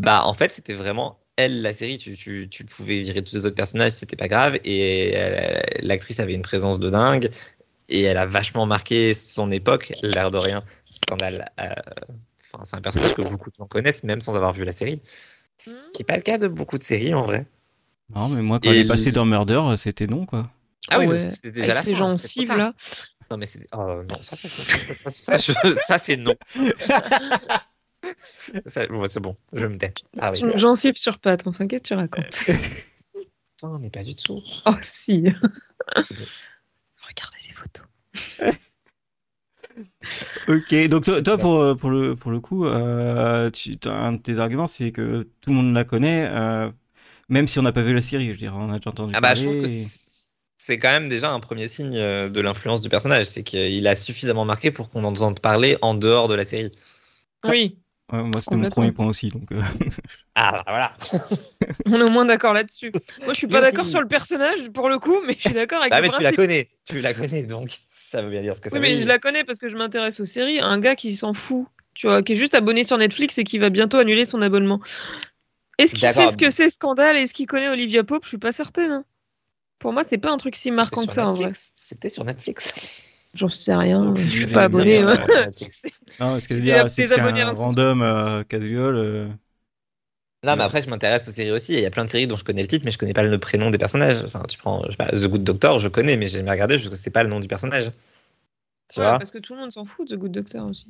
[SPEAKER 3] bah, en fait, c'était vraiment elle, la série. Tu, tu, tu pouvais virer tous les autres personnages, c'était pas grave. Et elle- l'actrice avait une présence de dingue. Et elle a vachement marqué son époque, l'air de rien. Scandale. euh, Enfin, c'est un personnage que beaucoup de gens connaissent, même sans avoir vu la série.
[SPEAKER 2] Hmm
[SPEAKER 3] Qui n'est pas le cas de beaucoup de séries, en vrai.
[SPEAKER 1] Non, mais moi, quand
[SPEAKER 3] Et
[SPEAKER 1] elle est
[SPEAKER 3] le-
[SPEAKER 1] passée dans Murder, euh, c'était non, quoi.
[SPEAKER 3] Ah oui,
[SPEAKER 2] ouais.
[SPEAKER 3] parce que c'était déjà
[SPEAKER 2] Avec
[SPEAKER 3] la
[SPEAKER 2] ces
[SPEAKER 3] fin, hein, c'était
[SPEAKER 2] gencives
[SPEAKER 3] trop tard.
[SPEAKER 2] là.
[SPEAKER 3] Non, mais c'est. Oh non, ça, ça, ça, ça, ça, ça, je- ça, c'est non. Ça, bon, c'est bon, je me tais. Ah oui.
[SPEAKER 2] C'est une gencive sur patte. Enfin, qu'est-ce que tu racontes
[SPEAKER 3] Putain, mais pas du tout.
[SPEAKER 2] Oh si. Regardez les photos.
[SPEAKER 1] Ok, donc toi, toi, pour, euh, pour, le, pour le coup, euh, tu, t'as un de tes arguments, c'est que tout le monde la connaît, euh, même si on n'a pas vu la série, je dirais, on a déjà entendu
[SPEAKER 3] Ah bah,
[SPEAKER 1] parler.
[SPEAKER 3] je trouve que c'est- c'est quand même déjà un premier signe euh, de l'influence du personnage. C'est qu'il a suffisamment marqué pour qu'on en entende parler en dehors de la série.
[SPEAKER 2] Oui,
[SPEAKER 1] Ouais, moi, c'était mon
[SPEAKER 2] Complètement.
[SPEAKER 1] premier point aussi, donc... euh,
[SPEAKER 3] Ah, bah, voilà.
[SPEAKER 2] on est au moins d'accord là-dessus. Moi, je suis pas
[SPEAKER 3] Oui.
[SPEAKER 2] d'accord sur le personnage pour le coup, mais je suis d'accord avec
[SPEAKER 3] Bah,
[SPEAKER 2] le
[SPEAKER 3] mais tu la
[SPEAKER 2] principe.
[SPEAKER 3] connais. Tu la connais, donc ça veut bien dire ce que ça
[SPEAKER 2] Oui,
[SPEAKER 3] veut
[SPEAKER 2] mais je
[SPEAKER 3] dire.
[SPEAKER 2] la connais parce que je m'intéresse aux séries. Un gars qui s'en fout, tu vois, qui est juste abonné sur Netflix et qui va bientôt annuler son abonnement. Est-ce qu'il
[SPEAKER 3] D'accord.
[SPEAKER 2] sait ce que c'est Scandale Est-ce qu'il connaît Olivia Pope Je suis pas certaine. hein. Pour moi, c'est pas un truc si
[SPEAKER 3] C'était
[SPEAKER 2] marquant
[SPEAKER 3] sur
[SPEAKER 2] que ça en vrai.
[SPEAKER 3] Netflix. C'était sur Netflix.
[SPEAKER 2] J'en sais rien,
[SPEAKER 1] Aucune
[SPEAKER 2] je suis
[SPEAKER 1] idée.
[SPEAKER 2] pas abonné.
[SPEAKER 1] abonnée,
[SPEAKER 2] hein.
[SPEAKER 3] Sur Netflix.
[SPEAKER 1] Non, ce que je veux
[SPEAKER 2] T'es-
[SPEAKER 1] dire,
[SPEAKER 2] t'es
[SPEAKER 1] c'est que c'est
[SPEAKER 2] abonné à
[SPEAKER 1] un
[SPEAKER 2] 26.
[SPEAKER 1] random euh, casual... euh,
[SPEAKER 3] Non, mais après, je m'intéresse aux séries aussi. et Il y a plein de séries dont je connais le titre, mais je connais pas le prénom des personnages. Enfin, tu prends je sais pas, The Good Doctor, je connais, mais j'ai jamais regardé, je sais pas le nom du personnage. Tu
[SPEAKER 2] Ouais,
[SPEAKER 3] vois
[SPEAKER 2] parce que tout le monde s'en fout de Good Doctor aussi.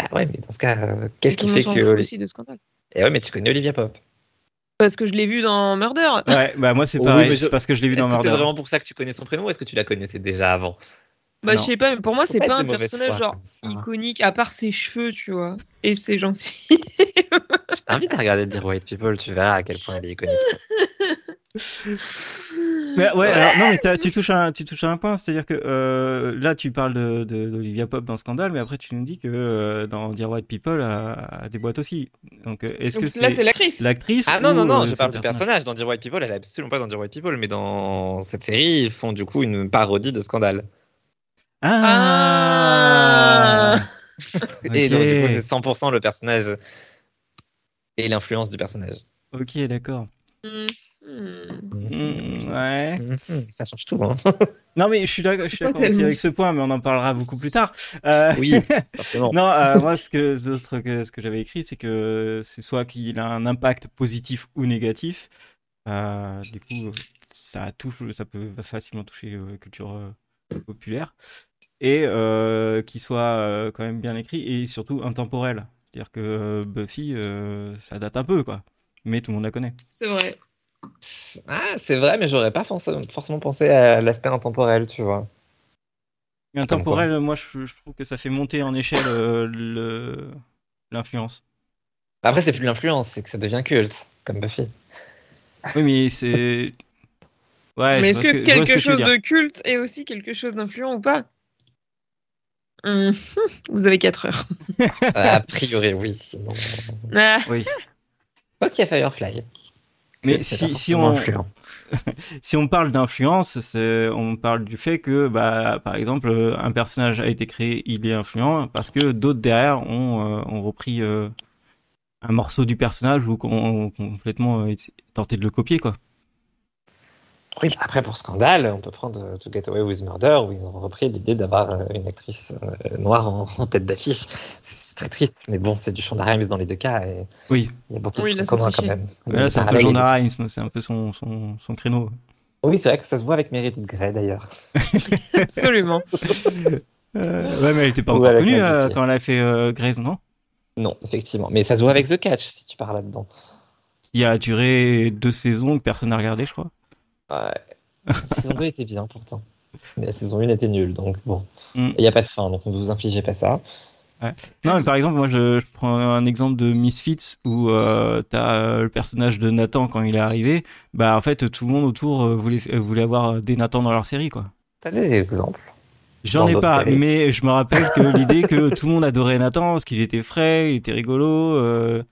[SPEAKER 3] Ah ouais, mais dans ce cas, euh,
[SPEAKER 2] Et
[SPEAKER 3] qu'est-ce
[SPEAKER 2] tout
[SPEAKER 3] qui
[SPEAKER 2] le monde
[SPEAKER 3] fait
[SPEAKER 2] s'en
[SPEAKER 3] que.
[SPEAKER 2] fout aussi de Scandale.
[SPEAKER 3] Eh ouais, mais tu connais Olivia Pope.
[SPEAKER 2] Parce que je l'ai vu dans Murder.
[SPEAKER 1] Ouais, bah moi, c'est
[SPEAKER 3] Oui,
[SPEAKER 1] pareil,
[SPEAKER 3] mais je-
[SPEAKER 1] c'est parce que je l'ai vu
[SPEAKER 3] Est-ce
[SPEAKER 1] dans
[SPEAKER 3] que c'est
[SPEAKER 1] Murder.
[SPEAKER 3] vraiment pour ça que tu connais son prénom ou est-ce que tu la connaissais déjà avant
[SPEAKER 2] Bah,
[SPEAKER 1] Non.
[SPEAKER 2] je sais pas, mais pour moi,
[SPEAKER 3] Faut
[SPEAKER 2] c'est
[SPEAKER 3] pas
[SPEAKER 2] pas
[SPEAKER 3] être
[SPEAKER 2] un
[SPEAKER 3] de mauvaise
[SPEAKER 2] personnage
[SPEAKER 3] foi, Ah.
[SPEAKER 2] genre
[SPEAKER 3] comme ça.
[SPEAKER 2] iconique, à part ses cheveux, tu vois, et ses gencives.
[SPEAKER 3] Je t'invite à regarder Dear White People, tu verras à quel point elle est iconique.
[SPEAKER 1] Mais, ouais, alors, non, mais t'as- tu touches, à, un- tu touches à un point, c'est-à-dire que euh, là, tu parles de- de- d'Olivia Pop dans Scandale, mais après, tu nous dis que euh, dans Dear White People, euh, a, a des boîtes aussi. Donc, euh, est-ce que
[SPEAKER 2] Donc là, c'est
[SPEAKER 1] c'est
[SPEAKER 2] l'actrice.
[SPEAKER 1] l'actrice
[SPEAKER 3] Ah non, non,
[SPEAKER 1] ou,
[SPEAKER 3] non,
[SPEAKER 1] euh,
[SPEAKER 3] je
[SPEAKER 1] c'est
[SPEAKER 3] parle
[SPEAKER 1] le
[SPEAKER 3] du personnage. Dans Dear White People, elle est absolument pas dans Dear White People, mais dans cette série, ils font du coup une parodie de Scandale.
[SPEAKER 1] Ah,
[SPEAKER 3] Et donc, du
[SPEAKER 1] Ok.
[SPEAKER 3] coup, c'est 100% le personnage et l'influence du personnage.
[SPEAKER 1] Ok, d'accord.
[SPEAKER 2] Hmm. Hmm.
[SPEAKER 1] Mm, ouais.
[SPEAKER 3] Mhm, Ça change tout, hein.
[SPEAKER 1] Non, mais je suis d'accord je suis
[SPEAKER 2] Pas
[SPEAKER 1] d'accord aussi
[SPEAKER 2] tellement.
[SPEAKER 1] avec ce point, mais on en parlera beaucoup plus tard. Euh,
[SPEAKER 3] Oui, forcément.
[SPEAKER 1] Non, euh, moi, ce que, ce que, ce que j'avais écrit, c'est que c'est soit qu'il a un impact positif ou négatif. Euh, du coup, ça touche, ça peut facilement toucher euh, la culture euh, populaire. Et euh, qu'il soit euh, quand même bien écrit et surtout intemporel. C'est-à-dire que euh, Buffy, euh, ça date un peu, quoi. Mais tout le monde la connaît.
[SPEAKER 2] C'est vrai.
[SPEAKER 3] Ah, c'est vrai, mais j'aurais pas forc- forcément pensé à l'aspect intemporel, tu vois.
[SPEAKER 1] Et intemporel, moi, je, je trouve que ça fait monter en échelle euh, le- l'influence.
[SPEAKER 3] Après, c'est plus de l'influence, c'est que ça devient culte, comme Buffy.
[SPEAKER 1] Oui, mais c'est. Ouais,
[SPEAKER 2] Mais
[SPEAKER 1] je
[SPEAKER 2] est-ce
[SPEAKER 1] vois
[SPEAKER 2] que,
[SPEAKER 1] ce je vois ce
[SPEAKER 2] quelque
[SPEAKER 1] que tu veux
[SPEAKER 2] chose
[SPEAKER 1] dire.
[SPEAKER 2] de culte est aussi quelque chose d'influent ou pas Hmm. Vous avez 4 heures.
[SPEAKER 3] A priori, oui. sinon-
[SPEAKER 2] Ah,
[SPEAKER 1] Oui.
[SPEAKER 3] Quoi qu'il y a Firefly.
[SPEAKER 1] Mais
[SPEAKER 3] C'est
[SPEAKER 1] si,
[SPEAKER 3] pas
[SPEAKER 1] si,
[SPEAKER 3] forcément
[SPEAKER 1] on,
[SPEAKER 3] influent.
[SPEAKER 1] si on parle d'influence, c'est- on parle du fait que, bah, par exemple, euh, un personnage a été créé, il est influent, parce que d'autres derrière ont, euh, ont repris euh, un morceau du personnage ou ont, ont complètement euh, été- tenté de le copier, quoi.
[SPEAKER 3] Oui, bah après, pour Scandale, on peut prendre euh, To Get Away with Murder, où ils ont repris l'idée d'avoir euh, une actrice euh, noire en, en tête d'affiche. C'est très triste, mais bon, c'est du Shonda Rhimes dans les deux cas. Et
[SPEAKER 1] Oui.
[SPEAKER 3] Il y a beaucoup
[SPEAKER 2] Oui,
[SPEAKER 3] de
[SPEAKER 2] là,
[SPEAKER 3] trucs communs
[SPEAKER 2] c'est
[SPEAKER 3] quand
[SPEAKER 2] triché.
[SPEAKER 3] même.
[SPEAKER 1] Mais là, c'est un peu
[SPEAKER 3] Parallèle.
[SPEAKER 1] Shonda Rhimes, c'est un peu son, son, son créneau.
[SPEAKER 3] Oui, c'est vrai que ça se voit avec Meredith Grey, d'ailleurs.
[SPEAKER 2] absolument.
[SPEAKER 1] Euh, ouais, mais elle était pas
[SPEAKER 3] Ou
[SPEAKER 1] encore
[SPEAKER 3] avec
[SPEAKER 1] connue
[SPEAKER 3] la
[SPEAKER 1] euh,
[SPEAKER 3] Dupier.
[SPEAKER 1] quand elle a fait euh, Grey's, non
[SPEAKER 3] Non, effectivement. Mais ça se voit avec The Catch, si tu pars là-dedans.
[SPEAKER 1] Qui a duré deux saisons que personne n'a regardé, je crois.
[SPEAKER 3] Ouais. La saison 2 était bien pourtant. Mais la saison 1 était nulle, donc bon.
[SPEAKER 1] Mm.
[SPEAKER 3] Il n'y a pas de fin, donc ne vous infligez pas ça.
[SPEAKER 1] Non, mais par exemple, moi, je, je prends un exemple de Misfits où euh, t'as euh, le personnage de Nathan quand il est arrivé. Bah, en fait, tout le monde autour euh, voulait, euh, voulait avoir des Nathan dans leur série, quoi.
[SPEAKER 3] T'as des exemples
[SPEAKER 1] J'en
[SPEAKER 3] Dans
[SPEAKER 1] ai
[SPEAKER 3] d'autres
[SPEAKER 1] pas,
[SPEAKER 3] séries.
[SPEAKER 1] mais je me rappelle que l'idée que tout le monde adorait Nathan parce qu'il était frais, il était rigolo, euh,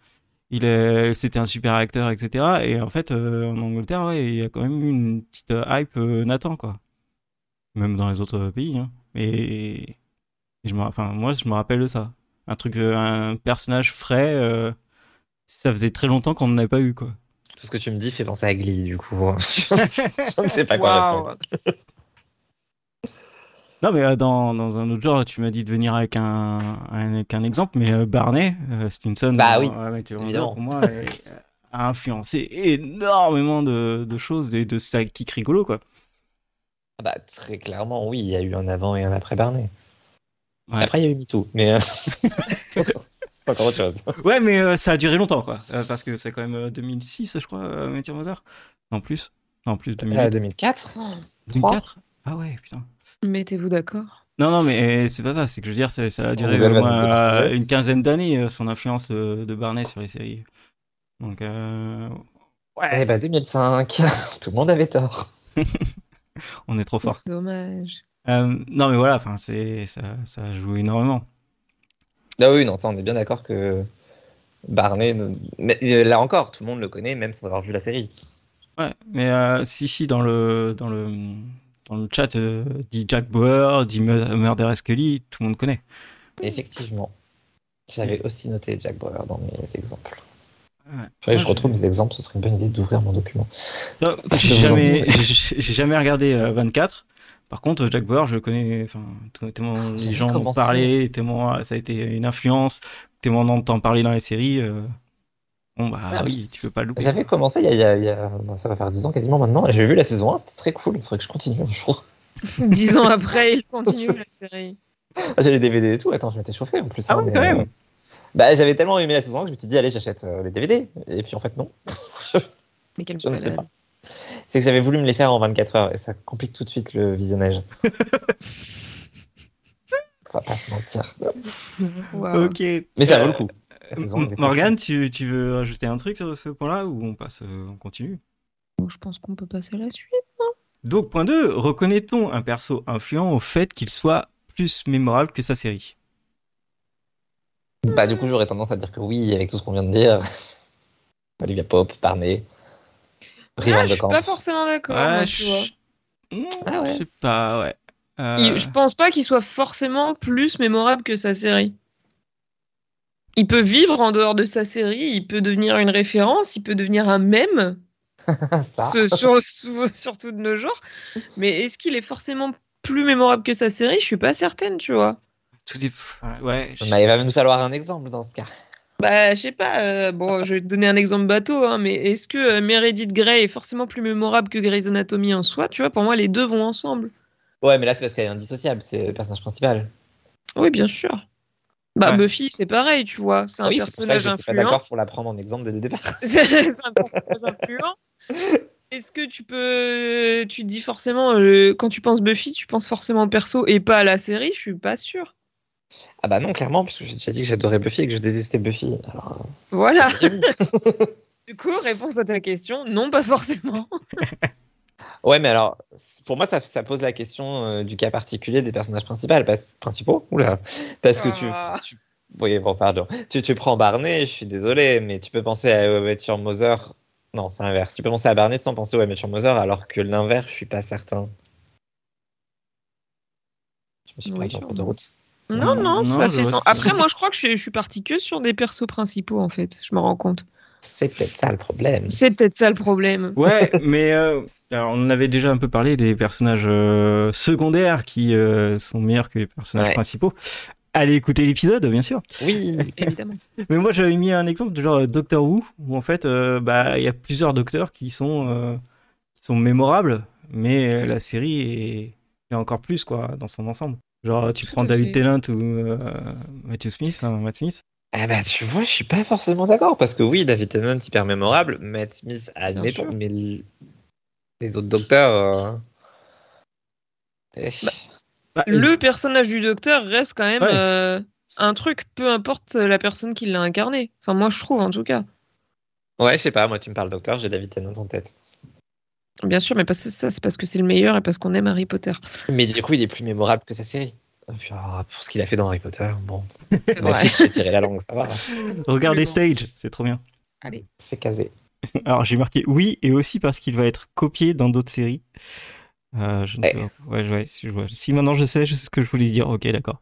[SPEAKER 1] il est, c'était un super acteur, etc. Et en fait, euh, en Angleterre, ouais, il y a quand même eu une petite euh, hype euh, Nathan, quoi. Même dans les autres pays, hein. Et, et je me, enfin, moi, je me rappelle de ça. Un truc, euh, un personnage frais, euh, ça faisait très longtemps qu'on n'en a pas eu, quoi.
[SPEAKER 3] Tout ce que tu me dis fait penser à Glee, du coup. je ne sais pas quoi
[SPEAKER 2] Waouh.
[SPEAKER 3] répondre.
[SPEAKER 1] Non, mais euh, dans, dans un autre genre, tu m'as dit de venir avec un, un- avec un exemple, mais euh, Barney, euh, Stinson,
[SPEAKER 3] Bah
[SPEAKER 1] dans-
[SPEAKER 3] oui,
[SPEAKER 1] ouais, mais tu vois,
[SPEAKER 3] évidemment.
[SPEAKER 1] pour moi, euh, a influencé énormément de, de choses, de, de sa kick rigolo, quoi.
[SPEAKER 3] Ah bah, très clairement, oui, il y a eu un avant et un après Barney.
[SPEAKER 1] Ouais.
[SPEAKER 3] Après, il y a eu MeToo, mais. euh, C'est encore autre chose.
[SPEAKER 1] Ouais, mais euh, ça a duré longtemps, quoi. Euh, parce que c'est quand même euh, 2006, je crois, euh, Meteor Mother. En plus. Non, en plus,
[SPEAKER 3] Euh,
[SPEAKER 1] 2008,
[SPEAKER 3] 2004
[SPEAKER 1] 2004. Ah ouais, putain.
[SPEAKER 2] Mettez-vous d'accord.
[SPEAKER 1] Non, non, mais euh, c'est pas ça. C'est que je veux dire, ça, ça a duré
[SPEAKER 3] rigole,
[SPEAKER 1] au moins
[SPEAKER 3] madame.
[SPEAKER 1] euh, une quinzaine d'années, euh, son influence euh, de Barney sur les séries. Donc, euh,
[SPEAKER 3] Eh
[SPEAKER 1] ouais,
[SPEAKER 3] bah, 2005. Tout le monde avait tort.
[SPEAKER 1] on est trop fort.
[SPEAKER 2] Dommage.
[SPEAKER 1] Euh, non, mais voilà, enfin, c'est ça, ça joue énormément.
[SPEAKER 3] Ah oui, non, ça, on est bien d'accord que. Barney, ne- mais, euh, là encore, tout le monde le connaît, même sans avoir vu la série.
[SPEAKER 1] Ouais, mais euh, si, si, dans le, dans le, dans le chat, euh, dit Jack Bauer, dit Mur- Murder Scully, tout le monde connaît.
[SPEAKER 3] Effectivement. J'avais aussi noté Jack Bauer dans mes exemples.
[SPEAKER 1] Ouais.
[SPEAKER 3] Faudrait que je
[SPEAKER 1] Ouais,
[SPEAKER 3] retrouve
[SPEAKER 1] j'ai-
[SPEAKER 3] mes exemples, ce serait une bonne idée d'ouvrir mon document.
[SPEAKER 1] Non,
[SPEAKER 3] Je
[SPEAKER 1] J'ai
[SPEAKER 3] vous en
[SPEAKER 1] jamais,
[SPEAKER 3] prie.
[SPEAKER 1] j'ai- j'ai jamais regardé euh, 24. Par contre, Jack Bauer, je le connais, enfin, t- tellement les
[SPEAKER 3] Ah, J'ai
[SPEAKER 1] gens m'ont
[SPEAKER 3] commencé.
[SPEAKER 1] parlé, tellement euh, ça a été une influence, tellement on entend parler dans les séries. euh, Bon, bah
[SPEAKER 3] Ah,
[SPEAKER 1] oui,
[SPEAKER 3] mais
[SPEAKER 1] tu peux pas le louper.
[SPEAKER 3] J'avais commencé il y a, il y a- il y a- bon, ça va faire 10 ans quasiment maintenant, et j'ai vu la saison 1, c'était très cool, il faudrait que je continue un jour.
[SPEAKER 2] Dix ans après, il continue la série.
[SPEAKER 3] Ah, J'ai les DVD et tout, attends, je m'étais chauffé en plus.
[SPEAKER 1] Ah ouais, quand même.
[SPEAKER 3] euh, Bah, j'avais tellement aimé la saison 1 que je me suis dit, allez, j'achète euh, les DVD. Et puis en fait, non,
[SPEAKER 2] Mais quelle
[SPEAKER 3] je ne sais
[SPEAKER 2] balade.
[SPEAKER 3] pas. C'est que j'avais voulu me les faire en 24 heures, et ça complique tout de suite le visionnage. Faut pas se mentir.
[SPEAKER 2] Waouh.
[SPEAKER 1] Ok.
[SPEAKER 3] Mais ça
[SPEAKER 1] Euh,
[SPEAKER 3] vaut le coup. La saison un
[SPEAKER 1] M-
[SPEAKER 3] était très
[SPEAKER 1] Euh, Morgane, tu, tu veux ajouter un truc sur ce point-là ou on passe, euh, on continue
[SPEAKER 2] Bon, je pense qu'on peut passer à la suite.
[SPEAKER 1] Donc, point 2, reconnaît-on un perso influent au fait qu'il soit plus mémorable que sa série
[SPEAKER 3] Bah, du coup, j'aurais tendance à dire que oui, avec tout ce qu'on vient de dire. Olivia Pope, Parnay,
[SPEAKER 2] Ah,
[SPEAKER 3] Rivan
[SPEAKER 2] je
[SPEAKER 3] de
[SPEAKER 2] suis
[SPEAKER 3] Camp.
[SPEAKER 2] pas forcément d'accord. moi, tu vois.
[SPEAKER 1] je... Mmh,
[SPEAKER 3] Ah
[SPEAKER 1] Ah,
[SPEAKER 3] ouais.
[SPEAKER 1] je sais pas, ouais. Euh,
[SPEAKER 2] Il- Je pense pas qu'il soit forcément plus mémorable que sa série. Il peut vivre en dehors de sa série, il peut devenir une référence, il peut devenir un mème,
[SPEAKER 3] Ça.
[SPEAKER 2] ce- sur- sou- surtout de nos jours. Mais est-ce qu'il est forcément plus mémorable que sa série Je suis pas certaine, tu vois.
[SPEAKER 1] Tout dépend- Ouais, je-
[SPEAKER 3] Mais il va nous falloir un exemple dans ce cas.
[SPEAKER 2] Bah, je sais pas. euh, bon, je vais te donner un exemple bateau, hein, mais est-ce que euh, Meredith Grey est forcément plus mémorable que Grey's Anatomy en soi Tu vois, pour moi, les deux vont ensemble.
[SPEAKER 3] Ouais, mais là, c'est parce qu'elle est indissociable, c'est le personnage principal.
[SPEAKER 2] Oui, bien sûr. Bah,
[SPEAKER 1] Ouais.
[SPEAKER 2] Buffy, c'est pareil, tu vois. C'est un
[SPEAKER 3] Ah oui, c'est pour ça que
[SPEAKER 2] personnage
[SPEAKER 3] j'étais pas
[SPEAKER 2] influent.
[SPEAKER 3] d'accord pour la prendre en exemple dès le départ.
[SPEAKER 2] C'est c'est un personnage influent. Est-ce que tu peux. Tu dis forcément. euh, quand tu penses Buffy, tu penses forcément au perso et pas à la série Je suis pas sûre.
[SPEAKER 3] Ah bah non, clairement, parce que j'ai déjà dit que j'adorais Buffy et que je détestais Buffy. Alors,
[SPEAKER 2] Voilà.
[SPEAKER 1] Ah, bah,
[SPEAKER 2] du coup, réponse à ta question non, pas forcément.
[SPEAKER 3] euh, Ouais, mais alors, c- pour moi, ça, ça pose la question euh, du cas particulier des personnages principaux. Parce, principaux Oula. parce que tu,
[SPEAKER 2] Ah.
[SPEAKER 3] tu- Oui, bon, pardon. Tu, tu prends Barney, je suis désolé, mais tu peux penser à How I Met Your Mother. Non, c'est l'inverse. Tu peux penser à Barney sans penser à How I Met Your Mother, alors que l'inverse, je suis pas certain. Je me suis
[SPEAKER 2] Oui,
[SPEAKER 3] pris en
[SPEAKER 2] sûrement.
[SPEAKER 3] cours de route.
[SPEAKER 2] Non,
[SPEAKER 1] Non,
[SPEAKER 2] non,
[SPEAKER 1] je
[SPEAKER 2] ça
[SPEAKER 1] vois
[SPEAKER 2] fait
[SPEAKER 1] ce
[SPEAKER 2] sens.
[SPEAKER 1] que tu veux
[SPEAKER 2] Après, moi, je crois que je, je suis partie que sur des persos principaux, en fait. Je me rends compte.
[SPEAKER 3] C'est peut-être ça le problème.
[SPEAKER 2] C'est peut-être ça le problème.
[SPEAKER 1] Ouais, mais euh, alors, on en avait déjà un peu parlé des personnages euh, secondaires qui euh, sont meilleurs que les personnages
[SPEAKER 3] Ouais.
[SPEAKER 1] principaux. Allez écouter l'épisode, bien sûr.
[SPEAKER 3] Oui,
[SPEAKER 2] Évidemment.
[SPEAKER 1] Mais moi, j'avais mis un exemple de genre euh, Doctor Who, où en fait, euh, bah, il y a plusieurs docteurs qui sont, euh, qui sont mémorables, mais euh, la série est, est encore plus, quoi, dans son ensemble. Genre, tu
[SPEAKER 2] Tout
[SPEAKER 1] prends
[SPEAKER 2] à
[SPEAKER 1] David
[SPEAKER 2] fait.
[SPEAKER 1] Tennant ou euh, Matthew Smith, enfin, Matt Smith.
[SPEAKER 3] Ah bah tu vois, je suis pas forcément d'accord parce que oui, David Tennant hyper mémorable, Matt Smith admettons,
[SPEAKER 2] sûr.
[SPEAKER 3] mais l- les autres docteurs. euh, eh,
[SPEAKER 1] Bah,
[SPEAKER 2] Le personnage du docteur reste quand même
[SPEAKER 1] Ouais.
[SPEAKER 2] euh, un truc, peu importe la personne qui l'a incarné. Enfin, moi, je trouve, en tout cas.
[SPEAKER 3] Ouais, je sais pas, moi tu me parles docteur, j'ai David Tennant en tête.
[SPEAKER 2] Bien sûr, mais parce que ça, c'est parce que c'est le meilleur et parce qu'on aime Harry Potter.
[SPEAKER 3] Mais du coup, il est plus mémorable que sa série. Et puis, ah, pour ce qu'il a fait dans Harry Potter, bon.
[SPEAKER 2] C'est
[SPEAKER 3] Moi
[SPEAKER 2] vrai.
[SPEAKER 3] aussi, j'ai tiré la langue, ça va.
[SPEAKER 1] Regardez
[SPEAKER 2] Absolument.
[SPEAKER 1] Stage, c'est trop bien.
[SPEAKER 3] Allez, c'est casé.
[SPEAKER 1] Alors j'ai marqué oui et aussi parce qu'il va être copié dans d'autres séries. Euh, je ne sais
[SPEAKER 3] Ouais.
[SPEAKER 1] pas. Ouais, je- ouais, si, je vois. Si maintenant je sais, je sais ce que je voulais dire. Ok, d'accord.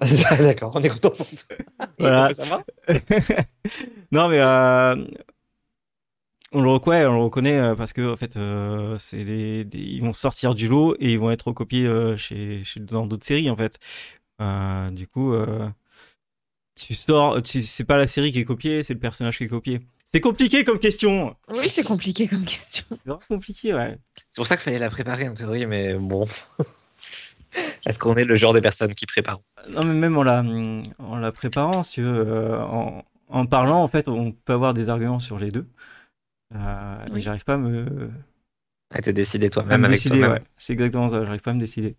[SPEAKER 3] d'accord, on est content pour toi. Et
[SPEAKER 1] Voilà.
[SPEAKER 3] pour que ça va
[SPEAKER 1] non mais euh, on le reconnaît, on le reconnaît euh, parce que en fait, euh, c'est les, des- ils vont sortir du lot et ils vont être recopiés euh, chez, chez dans d'autres séries en fait. Euh, du coup, euh, tu sors, tu, c'est pas la série qui est copiée, c'est le personnage qui est copié. C'est compliqué comme question.
[SPEAKER 2] Oui, c'est compliqué comme question.
[SPEAKER 1] C'est vraiment compliqué, ouais.
[SPEAKER 3] C'est pour ça qu'il fallait la préparer en théorie, mais bon. Est-ce qu'on est le genre des personnes qui préparent
[SPEAKER 1] Non, mais même en la, en la préparant, si tu veux, euh, en, en parlant, en fait, on peut avoir des arguments sur les deux. Euh, mais
[SPEAKER 2] Oui.
[SPEAKER 1] j'arrive pas à me,
[SPEAKER 3] à te décider
[SPEAKER 1] à
[SPEAKER 3] toi-même
[SPEAKER 1] me
[SPEAKER 3] avec
[SPEAKER 1] décider.
[SPEAKER 3] toi-même
[SPEAKER 1] ouais. C'est exactement ça, j'arrive pas à me décider.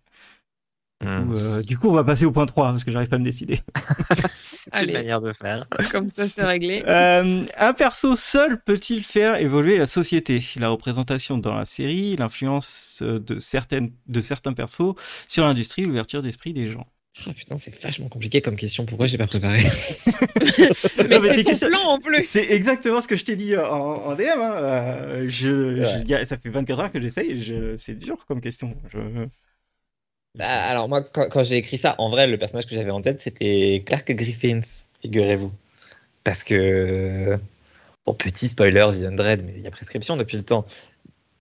[SPEAKER 3] Hmm.
[SPEAKER 1] Ou, euh, du coup, on va passer au point 3 parce que j'arrive pas à me décider.
[SPEAKER 3] C'est
[SPEAKER 2] Allez.
[SPEAKER 3] une manière de faire.
[SPEAKER 2] Comme ça, c'est réglé.
[SPEAKER 1] Euh, un perso seul peut-il faire évoluer la société La représentation dans la série, l'influence euh, de, certaines, de certains persos sur l'industrie, l'ouverture d'esprit des gens.
[SPEAKER 3] Ah, putain, c'est vachement compliqué comme question. Pourquoi j'ai pas préparé
[SPEAKER 2] Mais
[SPEAKER 1] mais tes
[SPEAKER 2] c'est ton
[SPEAKER 1] questions-
[SPEAKER 2] plan en plus.
[SPEAKER 1] C'est exactement ce que je t'ai dit en, en DM. hein. Euh, je,
[SPEAKER 3] Ouais.
[SPEAKER 1] je- ça fait 24 heures que j'essaye. Je, c'est dur comme question. Je-
[SPEAKER 3] Bah, Alors, moi, quand, quand j'ai écrit ça, en vrai, le personnage que j'avais en tête, c'était Clark Griffiths, figurez-vous. Parce que. Bon, petit spoiler, The Dread, mais il y a prescription depuis le temps.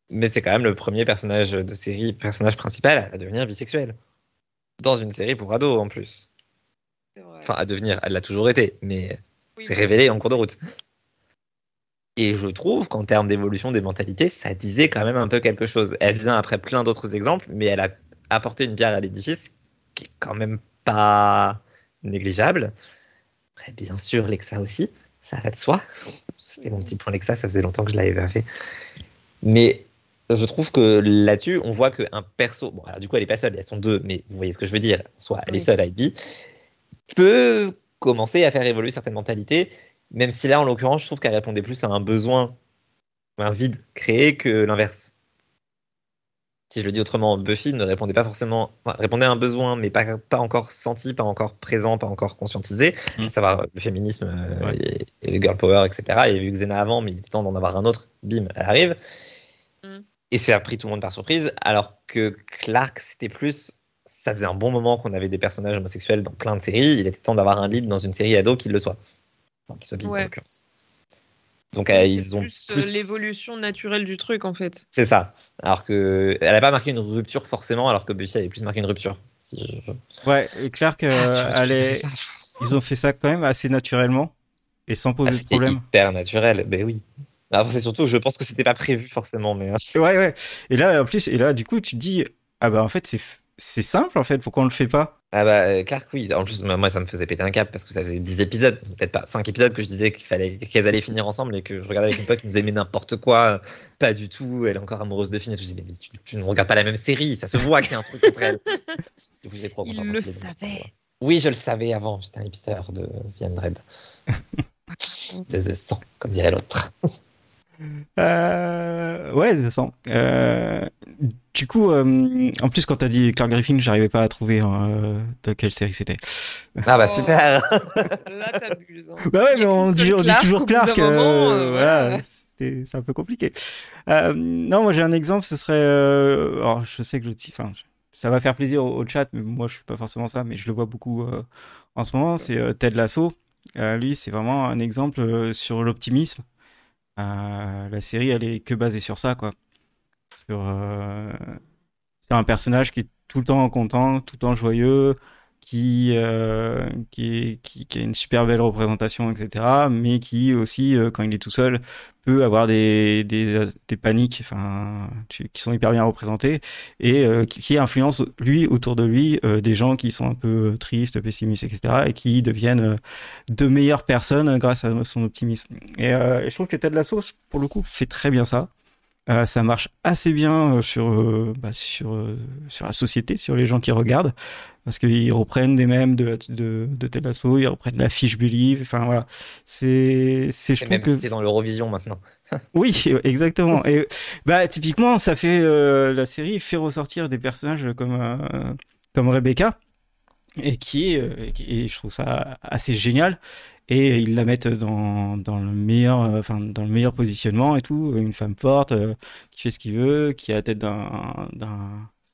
[SPEAKER 3] Mais c'est quand même le premier personnage de série, personnage principal à devenir bisexuel. Dans une série pour ados, en plus. Enfin, à devenir, elle l'a toujours été, mais
[SPEAKER 2] Oui.
[SPEAKER 3] C'est révélé en cours de route. Et je trouve qu'en termes d'évolution des mentalités, ça disait quand même un peu quelque chose. Elle vient après plein d'autres exemples, mais elle a apporté une pierre à l'édifice qui est quand même pas négligeable. Après, bien sûr, Lexa aussi, ça va de soi. C'était mon petit point Lexa, ça faisait longtemps que je l'avais pas fait. Mais je trouve que là-dessus, on voit qu'un perso, bon, alors du coup, elle est pas seule, elles sont deux, mais vous voyez ce que je veux dire, soit elle est
[SPEAKER 2] Oui.
[SPEAKER 3] seule à être bi, peut commencer à faire évoluer certaines mentalités, même si là, en l'occurrence, je trouve qu'elle répondait plus à un besoin, un vide créé que l'inverse. si je le dis autrement, Buffy ne répondait pas forcément, enfin, répondait à un besoin, mais pas, pas encore senti, pas encore présent, pas encore conscientisé,
[SPEAKER 1] Mm.
[SPEAKER 3] à savoir le féminisme euh,
[SPEAKER 1] Ouais.
[SPEAKER 3] et, et le girl power, etc. Et vu que Xena avant, mais il était temps d'en avoir un autre, bim, elle arrive.
[SPEAKER 2] Mm.
[SPEAKER 3] Et ça a pris tout le monde par surprise, alors que Clark, c'était plus. Ça faisait un bon moment qu'on avait des personnages homosexuels dans plein de séries, il était temps d'avoir un lead dans une série ado qui le soit. Enfin, qui soit bi, en
[SPEAKER 2] Ouais.
[SPEAKER 3] l'occurrence. Donc euh, ils ont
[SPEAKER 2] plus, euh,
[SPEAKER 3] plus-
[SPEAKER 2] l'évolution naturelle du truc en fait.
[SPEAKER 3] c'est ça. Alors que elle n'a pas marqué une rupture forcément, alors que Buffy avait plus marqué une rupture. Si je-
[SPEAKER 1] Ouais, et Clark, euh,
[SPEAKER 3] Ah, tu vois, tu
[SPEAKER 1] elle
[SPEAKER 3] fais
[SPEAKER 1] est-
[SPEAKER 3] ça.
[SPEAKER 1] ils ont fait ça quand même assez naturellement et sans
[SPEAKER 3] Ah,
[SPEAKER 1] poser de
[SPEAKER 3] c'était
[SPEAKER 1] problème.
[SPEAKER 3] hyper naturel. Ben oui. Après, c'est surtout, je pense que c'était pas prévu forcément, mais hein.
[SPEAKER 1] Ouais, ouais. Et là, en plus, et là, du coup, tu te dis, ah bah en fait, c'est f- c'est simple en fait, pourquoi on le fait pas
[SPEAKER 3] ah bah euh, Clark, oui. En plus, moi, ça me faisait péter un cap parce que ça faisait 10 épisodes, peut-être pas 5 épisodes que je disais qu'il fallait qu'elles allaient finir ensemble et que je regardais avec une pote qui nous disait mais n'importe quoi, pas du tout. Elle est encore amoureuse de Finn. Et je disais mais tu, tu ne regardes pas la même série, ça se voit qu'il y a un truc entre elles. Du coup, j'étais trop
[SPEAKER 2] Il
[SPEAKER 3] content. quand
[SPEAKER 2] le
[SPEAKER 3] est venu.
[SPEAKER 2] savait.
[SPEAKER 3] Oui, je le savais avant. J'étais un hipster de The Dread. de The 100, comme dirait l'autre.
[SPEAKER 1] Euh, ouais, ça sent. Euh, du coup, euh, en plus, quand t'as dit Clark Griffin, j'arrivais pas à trouver hein, euh, de quelle série c'était.
[SPEAKER 3] Ah bah
[SPEAKER 2] Oh.
[SPEAKER 3] super
[SPEAKER 2] Là, t'abuses. hein.
[SPEAKER 1] Bah ouais,
[SPEAKER 2] Il y
[SPEAKER 1] mais
[SPEAKER 2] a
[SPEAKER 1] on
[SPEAKER 2] qu'une
[SPEAKER 1] dit,
[SPEAKER 2] seule
[SPEAKER 1] on dit
[SPEAKER 2] Clark,
[SPEAKER 1] toujours
[SPEAKER 2] au bout d'un
[SPEAKER 1] Clark.
[SPEAKER 2] moment,
[SPEAKER 1] euh,
[SPEAKER 2] euh,
[SPEAKER 1] voilà,
[SPEAKER 2] voilà.
[SPEAKER 1] c'était- c'est un peu compliqué. Euh, non, moi j'ai un exemple, ce serait. euh, alors, je sais que je, enfin, je- ça va faire plaisir au, au chat, mais moi je suis pas forcément ça, mais je le vois beaucoup euh, en ce moment. C'est euh, Ted Lasso. Euh, lui, c'est vraiment un exemple euh, sur l'optimisme. Euh, la série, elle est que basée sur ça, quoi. Sur, euh, sur un personnage qui est tout le temps content, tout le temps joyeux, qui, euh, qui, est- qui, qui a une super belle représentation, etc. Mais qui aussi, euh, quand il est tout seul, peut avoir des, des, des paniques enfin, tu- qui sont hyper bien représentées et euh, qui, qui influence, lui, autour de lui, euh, des gens qui sont un peu euh, tristes, pessimistes, etc. et qui deviennent euh, de meilleures personnes grâce à son optimisme. Et, euh, et je trouve que Ted Lasso, pour le coup, fait très bien ça. Euh, ça marche assez bien euh, sur, euh, bah, sur, euh, sur la société, sur les gens qui regardent, parce qu'ils reprennent des mèmes de, la- de, de Ted Lasso, ils reprennent la fiche Believe, enfin voilà. C'est, c'est, je
[SPEAKER 3] Et
[SPEAKER 1] trouve
[SPEAKER 3] même
[SPEAKER 1] que...
[SPEAKER 3] si t'es dans l'Eurovision maintenant.
[SPEAKER 1] Oui, euh, exactement. Et bah typiquement, ça fait euh, la série fait ressortir des personnages comme euh, comme Rebecca et qui est euh, et qui- et je trouve ça assez génial et ils la mettent dans, dans le meilleur euh, enfin dans le meilleur positionnement et tout, une femme forte euh, qui fait ce qu'il veut, qui est à la tête d'un d'un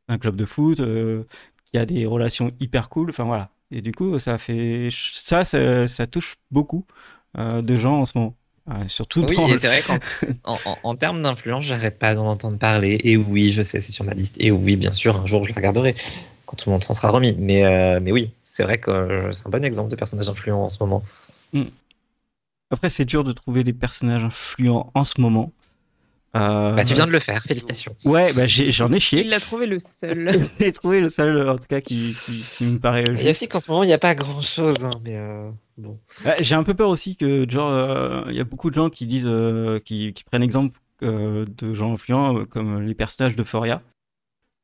[SPEAKER 1] d'un club de foot, euh, qui a des relations hyper cool, enfin voilà. Et du coup, ça fait ça ça, ça touche beaucoup euh, de gens en ce moment. Euh, surtout
[SPEAKER 3] Oui,
[SPEAKER 1] dans
[SPEAKER 3] et
[SPEAKER 1] le-
[SPEAKER 3] c'est vrai qu'en en, en- en termes d'influence, j'arrête pas d'en entendre parler. Et oui, je sais, c'est sur ma liste. Et oui, bien sûr, un jour, je la regarderai quand tout le monde s'en sera remis. Mais, euh, mais oui, c'est vrai que euh, c'est un bon exemple de personnage influent en ce moment.
[SPEAKER 1] Après, c'est dur de trouver des personnages influents en ce moment. Euh,
[SPEAKER 3] Bah, tu viens de le faire, félicitations.
[SPEAKER 1] Ouais, bah, j'ai- j'en ai,
[SPEAKER 2] Il
[SPEAKER 1] chié.
[SPEAKER 2] l'a trouvé le seul.
[SPEAKER 1] J'ai trouvé le seul, euh, en tout cas, qui, qui- qui me paraît.
[SPEAKER 3] Ah, Il y a
[SPEAKER 1] juste.
[SPEAKER 3] aussi qu'en ce moment, il n'y a pas grand chose. mais euh, bon.
[SPEAKER 1] Ouais, J'ai un peu peur aussi que, genre, euh, il y a beaucoup de gens qui disent, euh, qui, qui prennent exemple euh, de gens influents euh, comme les personnages de Foria.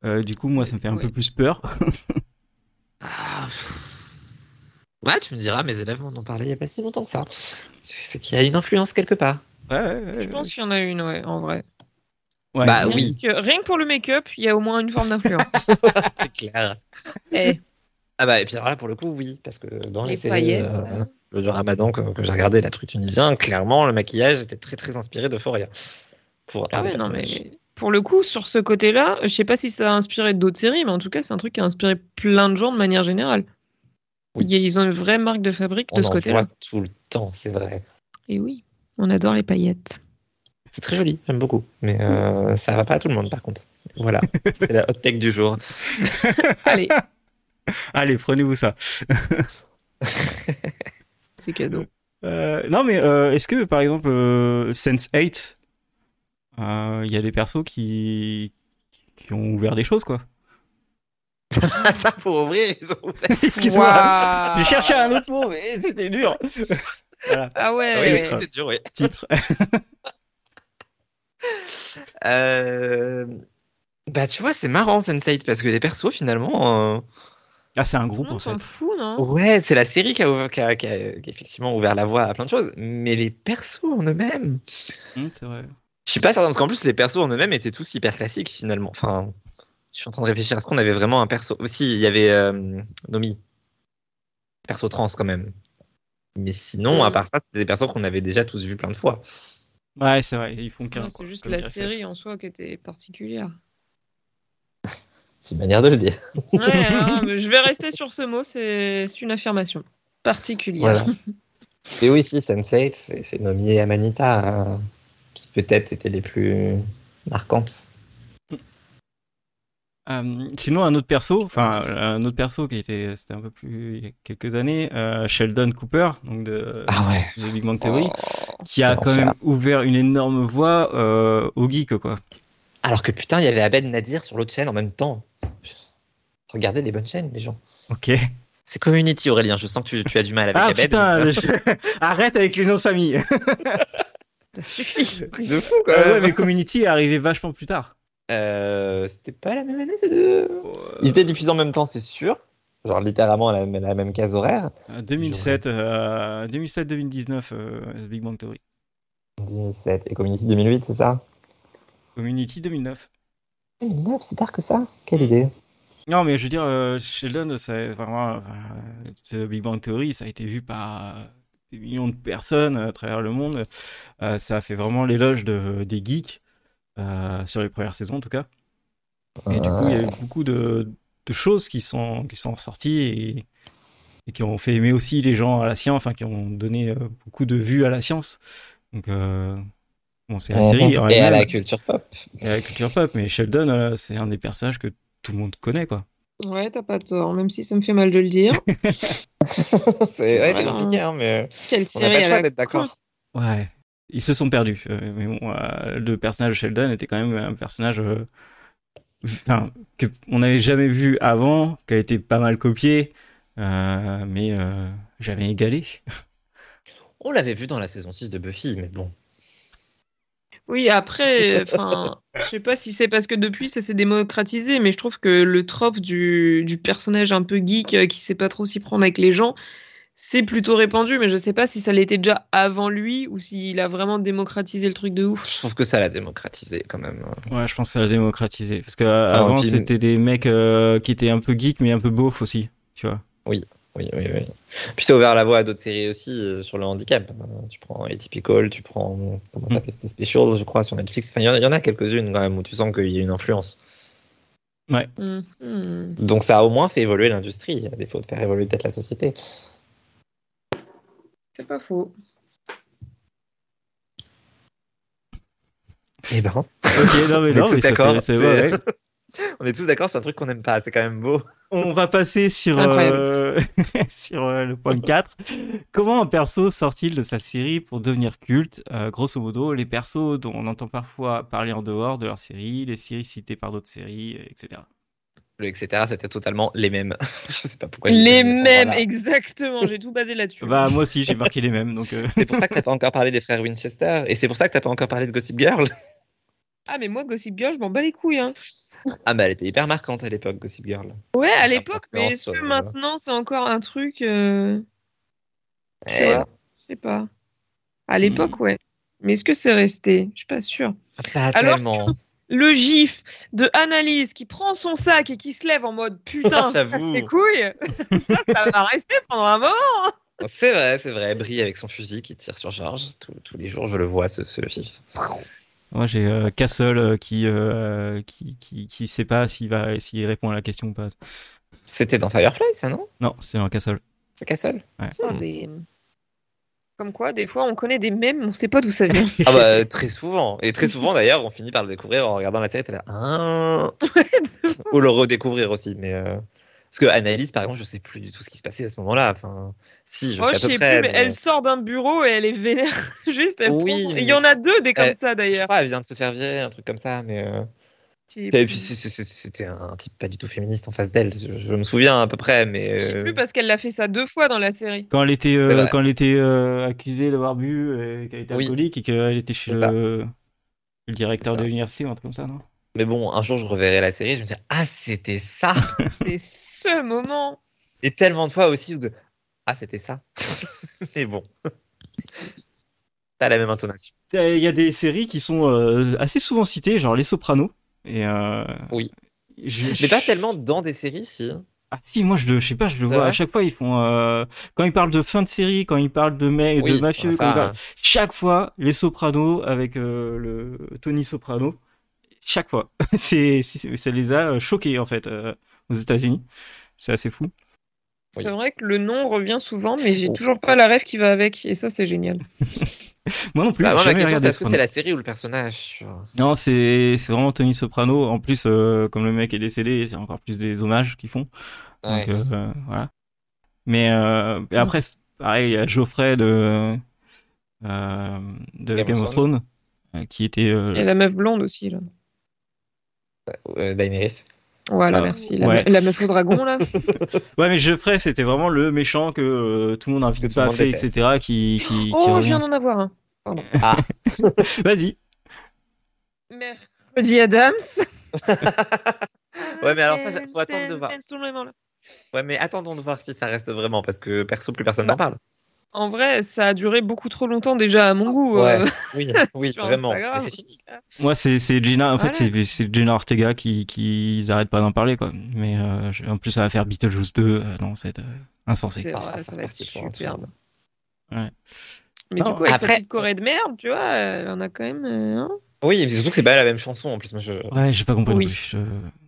[SPEAKER 1] Euh, du coup, moi, ça me fait un
[SPEAKER 2] Ouais.
[SPEAKER 1] peu plus peur.
[SPEAKER 3] Ah, pff. Ouais, tu me diras, mes élèves m'en ont parlé il n'y a pas si longtemps que ça. C'est qu'il y a une influence quelque part.
[SPEAKER 1] Ouais, ouais, ouais,
[SPEAKER 2] Je pense qu'il y en a une, ouais, en vrai.
[SPEAKER 1] ouais.
[SPEAKER 3] Bah, Ah
[SPEAKER 2] rien
[SPEAKER 3] oui.
[SPEAKER 2] Que, rien que pour le make-up, il y a au moins une forme d'influence.
[SPEAKER 3] C'est clair.
[SPEAKER 2] Eh,
[SPEAKER 3] Ah bah, et puis alors là, pour le coup, oui, parce que dans les,
[SPEAKER 2] les
[SPEAKER 3] séries
[SPEAKER 2] paillettes.
[SPEAKER 3] euh,
[SPEAKER 2] voilà.
[SPEAKER 3] du ramadan que, que j'ai regardé, la truc tunisien, clairement, le maquillage était très très inspiré de Foria. Pour
[SPEAKER 2] Ah
[SPEAKER 3] un des
[SPEAKER 2] ouais, non, mais
[SPEAKER 3] personnages.
[SPEAKER 2] pour le coup, sur ce côté-là, je sais pas si ça a inspiré d'autres séries, mais en tout cas, c'est un truc qui a inspiré plein de gens de manière générale.
[SPEAKER 3] Oui.
[SPEAKER 2] Il y a- Ils ont une vraie marque de fabrique
[SPEAKER 3] On
[SPEAKER 2] de ce
[SPEAKER 3] en
[SPEAKER 2] côté-là.
[SPEAKER 3] voit tout le temps, c'est vrai.
[SPEAKER 2] Et oui, on adore les paillettes.
[SPEAKER 3] C'est très joli, j'aime beaucoup. Mais euh, ça va pas à tout le monde, par contre. Voilà, c'est la hot tech du jour.
[SPEAKER 2] Allez,
[SPEAKER 1] Allez, prenez-vous ça.
[SPEAKER 2] c'est cadeau.
[SPEAKER 1] Euh, non, mais euh, est-ce que, par exemple, euh, Sense 8, euh, il y a des persos qui... qui ont ouvert des choses, quoi.
[SPEAKER 3] Ah, ça, pour ouvrir, ils ont ouvert.
[SPEAKER 1] Excuse-moi, j'ai cherché un autre mot, mais c'était dur. voilà,
[SPEAKER 2] Ah
[SPEAKER 3] Oui,
[SPEAKER 2] ouais,
[SPEAKER 3] oui,
[SPEAKER 1] titre.
[SPEAKER 3] c'était dur, oui.
[SPEAKER 1] titre.
[SPEAKER 3] Euh, Bah, tu vois, c'est marrant, Sense8, parce que les persos, finalement. euh,
[SPEAKER 1] Ah, c'est un
[SPEAKER 2] tout
[SPEAKER 1] groupe,
[SPEAKER 2] le
[SPEAKER 1] en
[SPEAKER 2] monde s'en
[SPEAKER 1] fait.
[SPEAKER 2] fout, non
[SPEAKER 3] Ouais, c'est la série qui a, ouvert- qui a- qui a- qui a effectivement ouvert la voie à plein de choses. Mais les persos en eux-mêmes.
[SPEAKER 1] Hum, c'est vrai.
[SPEAKER 3] Je suis pas certain, parce qu'en plus, les persos en eux-mêmes étaient tous hyper classiques finalement. Enfin, Je suis en train de réfléchir. Est-ce qu'on avait vraiment un perso Si, il y avait euh, Nomi. Perso trans, quand même. Mais sinon, à part ça, c'était des persos qu'on avait déjà tous vus plein de fois.
[SPEAKER 1] Ouais, c'est vrai, ils font qu'un.
[SPEAKER 2] Ouais,
[SPEAKER 1] quoi,
[SPEAKER 2] c'est juste
[SPEAKER 1] comme
[SPEAKER 2] la
[SPEAKER 1] dirait
[SPEAKER 2] série hein.
[SPEAKER 1] Céleste.
[SPEAKER 2] en soi qui était particulière.
[SPEAKER 3] C'est une manière de le dire.
[SPEAKER 2] Ouais, non, mais je vais rester sur ce mot, c'est c'est une affirmation particulière.
[SPEAKER 3] Voilà. Et oui, si, Sense8, c'est c'est Nomi et Amanita, hein, qui peut-être étaient les plus marquantes.
[SPEAKER 1] Euh, sinon, un autre perso, enfin, un autre perso qui était, c'était un peu plus il y a quelques années, euh, Sheldon Cooper, donc de,
[SPEAKER 3] Ah ouais.
[SPEAKER 1] de Big Bang
[SPEAKER 2] Oh,
[SPEAKER 1] Theory, qui a
[SPEAKER 3] c'est
[SPEAKER 1] quand
[SPEAKER 3] l'enfer.
[SPEAKER 1] même ouvert une énorme voie euh, aux geeks, quoi.
[SPEAKER 3] Alors que putain, il y avait Abed Nadir sur l'autre chaîne en même temps. Regardez les bonnes chaînes, les gens.
[SPEAKER 1] Ok.
[SPEAKER 3] C'est Community, Aurélien. Je sens que tu, tu as du mal avec
[SPEAKER 1] Ah
[SPEAKER 3] Abed.
[SPEAKER 1] putain,
[SPEAKER 3] Euh,
[SPEAKER 1] je- arrête avec les noms de famille.
[SPEAKER 3] de fou, quand
[SPEAKER 1] Euh, ouais,
[SPEAKER 3] même.
[SPEAKER 1] mais Community est arrivé vachement plus tard.
[SPEAKER 3] Euh, C'était pas la même année, ces deux. Ils étaient diffusés en même temps, c'est sûr. Genre littéralement à la, la même case horaire.
[SPEAKER 1] Euh, 2007, euh, 2007-2019, euh, Big Bang Theory.
[SPEAKER 3] 2007 et Community 2008, c'est ça
[SPEAKER 1] Community 2009.
[SPEAKER 3] 2009, c'est tard que ça Quelle idée
[SPEAKER 1] Non, mais je veux dire, euh, Sheldon, c'est vraiment. euh, c'est Big Bang Theory, ça a été vu par euh, des millions de personnes à travers le monde. Euh, ça a fait vraiment l'éloge de, des geeks, euh, sur les premières saisons en tout cas. Et du coup, il y a eu beaucoup de, de choses qui sont, qui sont ressorties et, et qui ont fait aimer aussi les gens à la science, enfin, qui ont donné euh, beaucoup de vues à la science. Donc, euh, bon, c'est la série. en
[SPEAKER 3] Euh, Et à
[SPEAKER 1] elle-même,
[SPEAKER 3] la culture pop.
[SPEAKER 1] et à la culture pop, mais Sheldon, euh, c'est un des personnages que tout le monde connaît, quoi.
[SPEAKER 2] Ouais, t'as pas tort, même si ça me fait mal de le dire.
[SPEAKER 3] c'est ouais, c'est
[SPEAKER 2] Voilà.
[SPEAKER 3] compliqué, hein, mais
[SPEAKER 2] Quelle
[SPEAKER 3] on n'a
[SPEAKER 2] série
[SPEAKER 3] pas le
[SPEAKER 2] à
[SPEAKER 3] choix
[SPEAKER 2] la
[SPEAKER 3] d'être d'accord.
[SPEAKER 1] Ouais. Ils se sont perdus. euh, mais bon, euh, le personnage de Sheldon était quand même un personnage euh, enfin, que on n'avait jamais vu avant, qui a été pas mal copié, euh, mais euh, jamais égalé.
[SPEAKER 3] On l'avait vu dans la saison 6 de Buffy, mais bon.
[SPEAKER 2] Oui, après, enfin, je sais pas si c'est parce que depuis ça s'est démocratisé, mais je trouve que le trope du, du personnage un peu geek euh, qui sait pas trop s'y prendre avec les gens, c'est plutôt répandu, mais je sais pas si ça l'était déjà avant lui ou s'il a vraiment démocratisé le truc de ouf.
[SPEAKER 3] Je trouve que ça l'a démocratisé quand même. hein.
[SPEAKER 1] Ouais, je pense que ça l'a démocratisé. Parce que euh, avant,
[SPEAKER 3] puis-
[SPEAKER 1] c'était des mecs euh, qui étaient un peu geeks, mais un peu beaufs aussi. Tu vois.
[SPEAKER 3] Oui, oui, oui. Puis ça a ouvert la voie à d'autres séries aussi euh, sur le handicap. Euh, Tu prends Atypical, tu prends. euh, Comment
[SPEAKER 2] Mm.
[SPEAKER 3] ça s'appelle C'était Special, je crois, sur Netflix. Enfin, il y en a- il y en a quelques-unes quand même où tu sens qu'il y a une influence.
[SPEAKER 2] Hum, hum.
[SPEAKER 3] Donc ça a au moins fait évoluer l'industrie, à défaut de faire évoluer peut-être la société.
[SPEAKER 2] C'est pas faux.
[SPEAKER 3] Eh ben,
[SPEAKER 1] Ok, non, mais
[SPEAKER 3] On est
[SPEAKER 1] non,
[SPEAKER 3] tous
[SPEAKER 1] mais ça
[SPEAKER 3] d'accord,
[SPEAKER 1] fait- c'est-
[SPEAKER 3] c'est-
[SPEAKER 1] ouais, ouais.
[SPEAKER 3] on est tous d'accord sur un truc qu'on n'aime pas, c'est quand même beau.
[SPEAKER 1] On va passer sur,
[SPEAKER 2] C'est incroyable.
[SPEAKER 1] euh, sur euh, le point 4. Comment un perso sort-il de sa série pour devenir culte Euh, Grosso modo, les persos dont on entend parfois parler en dehors de leur série, les séries citées par d'autres séries, euh, etc.
[SPEAKER 3] Le etc. c'était totalement les mêmes. je sais pas pourquoi. j'ai
[SPEAKER 2] Les
[SPEAKER 3] dit à ce
[SPEAKER 2] mêmes,
[SPEAKER 3] moment-là.
[SPEAKER 2] exactement, j'ai tout basé là-dessus.
[SPEAKER 1] Bah, moi aussi, j'ai marqué les mêmes. Donc, euh,
[SPEAKER 3] C'est pour ça que t'as pas encore parlé des frères Winchester, et c'est pour ça que t'as pas encore parlé de Gossip Girl.
[SPEAKER 2] Ah, mais moi, Gossip Girl, je m'en bats les couilles, hein.
[SPEAKER 3] Ah bah elle était hyper marquante à l'époque, Gossip Girl.
[SPEAKER 2] Ouais, à
[SPEAKER 3] Ah,
[SPEAKER 2] l'époque, mais est-ce que
[SPEAKER 3] euh,
[SPEAKER 2] maintenant c'est encore un truc. euh,
[SPEAKER 3] Eh Hmm.
[SPEAKER 2] Ouais.
[SPEAKER 3] non.
[SPEAKER 2] Je sais pas. À l'époque, ouais. Mais est-ce que c'est resté Je suis pas sûre.
[SPEAKER 3] Pas
[SPEAKER 2] Alors-
[SPEAKER 3] tellement.
[SPEAKER 2] Le gif de Annalise qui prend son sac et qui se lève en mode putain,
[SPEAKER 3] Ah,
[SPEAKER 2] ça
[SPEAKER 3] j'avoue.
[SPEAKER 2] ses couilles. ça, ça va rester pendant un moment.
[SPEAKER 3] C'est vrai, c'est vrai. Brie avec son fusil qui tire sur George. Tous, tous les jours, je le vois, ce, ce gif.
[SPEAKER 1] moi, j'ai euh, Castle euh, qui, euh, qui, qui, qui sait pas s'il va, s'il répond à la question ou pas.
[SPEAKER 3] C'était dans Firefly, ça, non
[SPEAKER 1] Non, c'est dans Castle.
[SPEAKER 3] C'est Castle Ah,
[SPEAKER 2] Putain, des- Comme quoi, des fois, on connaît des mèmes, on sait pas d'où ça vient.
[SPEAKER 3] Ah bah, très souvent. Et très souvent, d'ailleurs, on finit par le découvrir en regardant la série. T'es là, Ah Ou le redécouvrir aussi, mais... euh, Parce que Annalise, par exemple, je sais plus du tout ce qui se passait à ce moment-là. Enfin, si, je
[SPEAKER 2] Moi,
[SPEAKER 3] sais à
[SPEAKER 2] Oh, je
[SPEAKER 3] peu
[SPEAKER 2] sais
[SPEAKER 3] près.
[SPEAKER 2] plus, mais
[SPEAKER 3] mais
[SPEAKER 2] elle sort d'un bureau et elle est vénère. Juste, elle
[SPEAKER 3] Oui,
[SPEAKER 2] prend-
[SPEAKER 3] mais
[SPEAKER 2] Il y en a deux des comme
[SPEAKER 3] Euh,
[SPEAKER 2] ça
[SPEAKER 3] Je
[SPEAKER 2] d'ailleurs.
[SPEAKER 3] crois, elle vient de se faire virer, un truc comme ça, mais... euh,
[SPEAKER 2] Je
[SPEAKER 3] Et puis,
[SPEAKER 2] sais
[SPEAKER 3] c'est- c'est- c'est- c'était un type pas du tout féministe en face d'elle. Je, je me souviens à peu près, mais... euh,
[SPEAKER 2] plus parce qu'elle l'a fait ça deux fois dans la série.
[SPEAKER 1] Quand elle était, euh,
[SPEAKER 3] C'est vrai.
[SPEAKER 1] quand elle était euh, accusée d'avoir bu, euh, qu'elle était
[SPEAKER 3] Oui.
[SPEAKER 1] alcoolique et qu'elle était chez
[SPEAKER 3] C'est ça.
[SPEAKER 1] le, le directeur
[SPEAKER 3] C'est ça.
[SPEAKER 1] de l'université ou un truc comme ça, non
[SPEAKER 3] Mais bon, un jour, je reverrai la série, je me dis ah, c'était ça
[SPEAKER 2] C'est ce moment.
[SPEAKER 3] Et tellement de fois aussi où de ah, c'était ça. Mais bon, pas la même intonation.
[SPEAKER 1] Il y a des séries qui sont euh, assez souvent citées, genre Les Sopranos. Et, euh,
[SPEAKER 3] Oui.
[SPEAKER 1] Je-
[SPEAKER 3] Mais pas
[SPEAKER 1] je-
[SPEAKER 3] tellement dans des séries, si. hein.
[SPEAKER 1] Ah si, moi je le, je sais pas, je le
[SPEAKER 3] C'est
[SPEAKER 1] vois à
[SPEAKER 3] vrai
[SPEAKER 1] chaque fois. Ils font euh, quand ils parlent de fin de série, quand ils parlent de mec, de
[SPEAKER 3] Oui, Ah,
[SPEAKER 1] mafieux,
[SPEAKER 3] ça,
[SPEAKER 1] quand ils parlent- chaque fois les Sopranos avec euh, le Tony Soprano, chaque fois, c'est, c'est- ça les a euh, choqués en fait euh, aux États-Unis. C'est assez fou.
[SPEAKER 2] C'est vrai que le nom revient souvent, mais j'ai toujours pas la rêve qui va avec, et ça c'est génial.
[SPEAKER 1] Moi non plus.
[SPEAKER 3] Bah,
[SPEAKER 1] j'ai jamais
[SPEAKER 3] moi, la
[SPEAKER 1] regardé
[SPEAKER 3] question, c'est est-ce que
[SPEAKER 1] Sopranos.
[SPEAKER 3] c'est la série ou le personnage
[SPEAKER 1] Non, c'est c'est vraiment Tony Soprano. En plus, euh, comme le mec est décédé, c'est encore plus des hommages qu'ils font.
[SPEAKER 3] Ouais.
[SPEAKER 1] Donc, euh, voilà. Mais euh, et après, c'est pareil, il y a Geoffrey de, euh, de Game, of Thrones, euh, qui était. euh,
[SPEAKER 2] Et la meuf blonde aussi, là.
[SPEAKER 3] Euh, Daenerys.
[SPEAKER 2] Voilà,
[SPEAKER 1] Ah,
[SPEAKER 2] merci. La,
[SPEAKER 1] ouais.
[SPEAKER 2] me- la meuf au dragon, là.
[SPEAKER 1] Ouais, mais Geoffrey, c'était vraiment le méchant que euh, tout le monde
[SPEAKER 3] Que
[SPEAKER 1] invite
[SPEAKER 3] tout
[SPEAKER 1] pas
[SPEAKER 3] le
[SPEAKER 1] à
[SPEAKER 3] monde
[SPEAKER 1] fait,
[SPEAKER 3] déteste.
[SPEAKER 1] etc. Qui, qui, qui
[SPEAKER 2] Oh, je
[SPEAKER 1] revient.
[SPEAKER 2] viens d'en avoir un.
[SPEAKER 1] Vas-y.
[SPEAKER 2] Mercredi Adams.
[SPEAKER 3] Ouais, mais alors ça, faut attendre de voir. Ouais, mais attendons de voir si ça reste vraiment, parce que perso, plus personne n'en
[SPEAKER 2] Bah,
[SPEAKER 3] parle.
[SPEAKER 2] En vrai, ça a duré beaucoup trop longtemps déjà à mon goût.
[SPEAKER 3] Ah. Ouais,
[SPEAKER 2] euh.
[SPEAKER 3] oui, oui,
[SPEAKER 2] sur
[SPEAKER 3] vraiment.
[SPEAKER 2] Instagram.
[SPEAKER 3] Mais c'est fini.
[SPEAKER 1] Moi, c'est c'est Gina. En
[SPEAKER 2] Voilà.
[SPEAKER 1] fait, c'est- c'est Gina Ortega qui, qui ils arrêtent pas d'en parler, quoi. Mais euh, je- en plus, ça va faire Beetlejuice 2. euh, non, ça va être euh, insensé.
[SPEAKER 2] C'est
[SPEAKER 3] Ah,
[SPEAKER 2] vrai,
[SPEAKER 3] c'est
[SPEAKER 2] ça va être
[SPEAKER 3] parti pour un
[SPEAKER 2] superbe.
[SPEAKER 3] tour.
[SPEAKER 2] Mais
[SPEAKER 1] Non,
[SPEAKER 2] du coup, avec sa
[SPEAKER 3] après-
[SPEAKER 2] petite Corée de merde, tu vois, elle en a quand même. euh, hein.
[SPEAKER 3] Oui, mais surtout que c'est pas la même chanson en plus. Moi, je...
[SPEAKER 1] Ouais, j'ai pas compris.
[SPEAKER 2] Oui.
[SPEAKER 1] non plus. Je-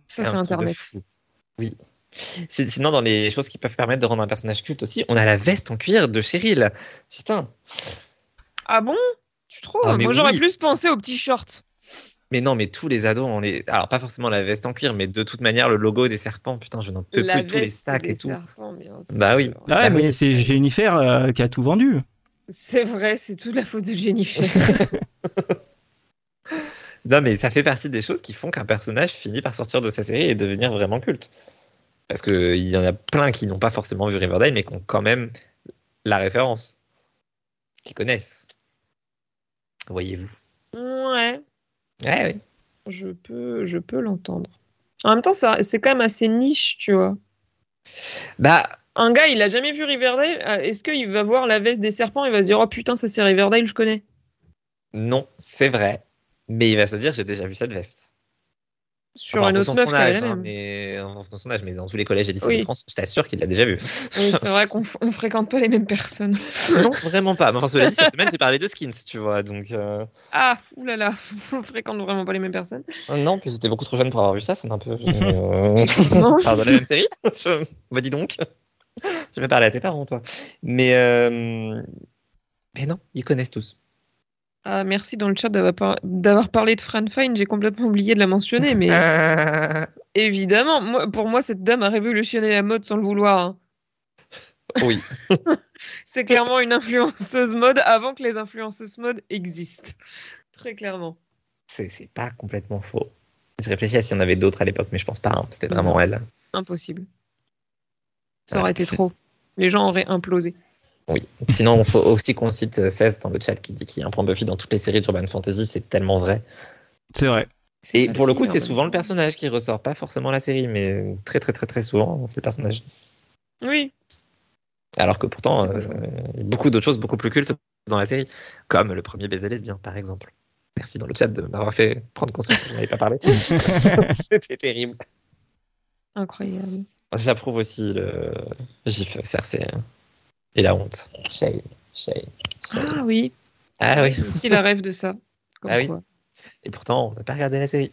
[SPEAKER 2] ça, c'est
[SPEAKER 3] Ah, un truc de
[SPEAKER 2] Internet.
[SPEAKER 3] fou. Oui. C'est- Sinon, dans les choses qui peuvent permettre de rendre un personnage culte aussi, on a la veste en cuir de Cheryl. Putain.
[SPEAKER 2] Ah bon Tu trouves
[SPEAKER 3] Ah, mais
[SPEAKER 2] Moi, j'aurais
[SPEAKER 3] oui.
[SPEAKER 2] plus pensé au petit short.
[SPEAKER 3] Mais non, mais tous les ados, on les. Alors, pas forcément la veste en cuir, mais de toute manière, le logo des serpents, putain, je n'en peux
[SPEAKER 2] La
[SPEAKER 3] plus. Tous les
[SPEAKER 2] veste
[SPEAKER 3] sacs
[SPEAKER 2] des
[SPEAKER 3] et tout.
[SPEAKER 2] serpents, bien sûr.
[SPEAKER 3] Bah oui.
[SPEAKER 1] Ah ouais,
[SPEAKER 3] Bah
[SPEAKER 1] mais
[SPEAKER 3] oui.
[SPEAKER 1] c'est Jennifer euh, qui a tout vendu.
[SPEAKER 2] C'est vrai, c'est toute la faute de Jennifer.
[SPEAKER 3] Non, mais ça fait partie des choses qui font qu'un personnage finit par sortir de sa série et devenir vraiment culte. Parce qu'il y en a plein qui n'ont pas forcément vu Riverdale, mais qui ont quand même la référence. Qui connaissent. Voyez-vous.
[SPEAKER 2] ouais,
[SPEAKER 3] Ouais, oui.
[SPEAKER 2] je peux, je peux l'entendre. En même temps, ça, c'est quand même assez niche, tu vois.
[SPEAKER 3] Bah,
[SPEAKER 2] Un gars, il a jamais vu Riverdale. euh, Est-ce qu'il va voir la veste des serpents et va se dire Oh putain, ça c'est Riverdale, je connais
[SPEAKER 3] non, c'est vrai. Mais il va se dire, j'ai déjà vu cette veste.
[SPEAKER 2] Sur
[SPEAKER 3] Enfin, en
[SPEAKER 2] une autre
[SPEAKER 3] fonction de
[SPEAKER 2] meuf qui
[SPEAKER 3] son
[SPEAKER 2] a la
[SPEAKER 3] âge, hein,
[SPEAKER 2] même.
[SPEAKER 3] mais... En fonction de son âge, mais dans tous les collèges et lycées
[SPEAKER 2] Oui.
[SPEAKER 3] de France, je t'assure qu'il l'a déjà vu.
[SPEAKER 2] Oui, c'est vrai qu'on f- on fréquente pas les mêmes personnes.
[SPEAKER 3] non, vraiment pas. Mais Enfin, cela dit, cette semaine, j'ai parlé de skins, tu vois. Donc, euh,
[SPEAKER 2] Ah, oulala, on fréquente vraiment pas les mêmes personnes.
[SPEAKER 3] Ah, non, puis j'étais beaucoup trop jeune pour avoir vu ça, ça m'a un peu. Euh, Alors, dans la même série je... Bah, dis donc. Je vais parler à tes parents, toi. Mais, euh, mais non, ils connaissent tous.
[SPEAKER 2] Ah, merci dans le chat d'avoir par- d'avoir parlé de Fran Fine, j'ai complètement oublié de la mentionner, mais
[SPEAKER 3] Euh,
[SPEAKER 2] évidemment, moi, pour moi, cette dame a révolutionné la mode sans le vouloir. hein.
[SPEAKER 3] Oui.
[SPEAKER 2] C'est clairement une influenceuse mode avant que les influenceuses mode existent. Très clairement.
[SPEAKER 3] C'est c'est pas complètement faux. Je réfléchis à s'il y en avait d'autres à l'époque, mais je pense pas. hein. C'était vraiment elle.
[SPEAKER 2] Impossible. Ça aurait
[SPEAKER 3] Ouais,
[SPEAKER 2] été
[SPEAKER 3] Ah, c'est-
[SPEAKER 2] trop. Les gens auraient implosé.
[SPEAKER 3] Oui. Sinon, il faut aussi qu'on cite 16 dans le chat qui dit qu'il y a un point Buffy dans toutes les séries d'Urban Fantasy, c'est tellement vrai.
[SPEAKER 1] C'est vrai.
[SPEAKER 3] Et
[SPEAKER 2] Ah,
[SPEAKER 3] pour le
[SPEAKER 2] si,
[SPEAKER 3] coup,
[SPEAKER 2] en
[SPEAKER 3] c'est
[SPEAKER 2] même
[SPEAKER 3] souvent le
[SPEAKER 2] temps.
[SPEAKER 3] personnage qui ressort, pas forcément la série, mais très très très très souvent, c'est le personnage.
[SPEAKER 2] Oui,
[SPEAKER 3] Alors que pourtant,
[SPEAKER 2] C'est pas
[SPEAKER 3] euh,
[SPEAKER 2] faux.
[SPEAKER 3] il y a beaucoup d'autres choses beaucoup plus cultes dans la série, comme le premier baiser lesbien, par exemple. Merci dans le chat de m'avoir fait prendre conscience que je n'avais pas parlé. C'était terrible.
[SPEAKER 2] incroyable.
[SPEAKER 3] J'approuve aussi le gif CRC hein. et la honte. Shame, shame.
[SPEAKER 2] Ah oui,
[SPEAKER 3] Ah oui.
[SPEAKER 2] si la rêve de ça. Comme
[SPEAKER 3] Ah oui.
[SPEAKER 2] quoi.
[SPEAKER 3] Et pourtant, on n'a pas regardé la série.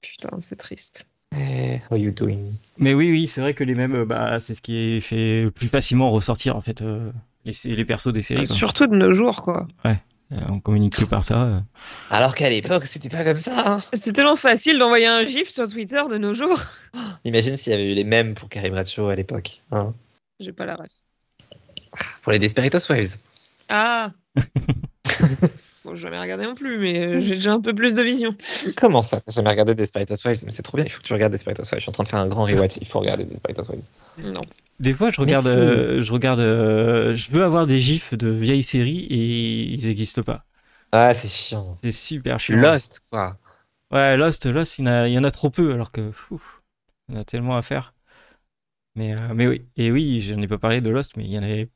[SPEAKER 2] Putain, c'est triste.
[SPEAKER 3] Eh, how you doing?
[SPEAKER 1] Mais oui, oui, c'est vrai que les mêmes, euh, bah, c'est ce qui est fait le plus facilement ressortir en fait euh, les, les persos des
[SPEAKER 3] Ah,
[SPEAKER 1] séries. quoi.
[SPEAKER 2] Surtout de nos jours, quoi.
[SPEAKER 1] Euh, on communique que par ça. euh.
[SPEAKER 3] Alors qu'à l'époque, c'était pas comme ça. hein.
[SPEAKER 2] C'est tellement facile d'envoyer un gif sur Twitter de nos jours.
[SPEAKER 3] Imagine s'il y avait eu les mêmes pour Carrie Bradshaw à l'époque. hein.
[SPEAKER 2] J'ai pas la rêve.
[SPEAKER 3] Pour les Desperitos Wives.
[SPEAKER 2] Ah Bon, j'ai jamais regardé non plus, mais euh, j'ai déjà un peu plus de vision.
[SPEAKER 3] Comment ça T'as jamais regardé Desperitos Wives Mais c'est trop bien, il faut que tu regardes Desperitos Wives. Je suis en train de faire un grand rewatch, il faut regarder Desperitos Wives.
[SPEAKER 2] Non.
[SPEAKER 1] Des fois, je regarde,
[SPEAKER 3] si.
[SPEAKER 1] euh, je regarde, euh, je veux avoir des gifs de vieilles séries et ils n'existent pas.
[SPEAKER 3] Ah, c'est chiant.
[SPEAKER 1] C'est super chiant.
[SPEAKER 3] Lost, quoi.
[SPEAKER 1] Ouais, Lost, Lost, il y en a, il y en a trop peu, alors que fou, on a tellement à faire. Mais, euh, mais oui, et oui, j'en ai pas parlé de Lost, mais il y en avait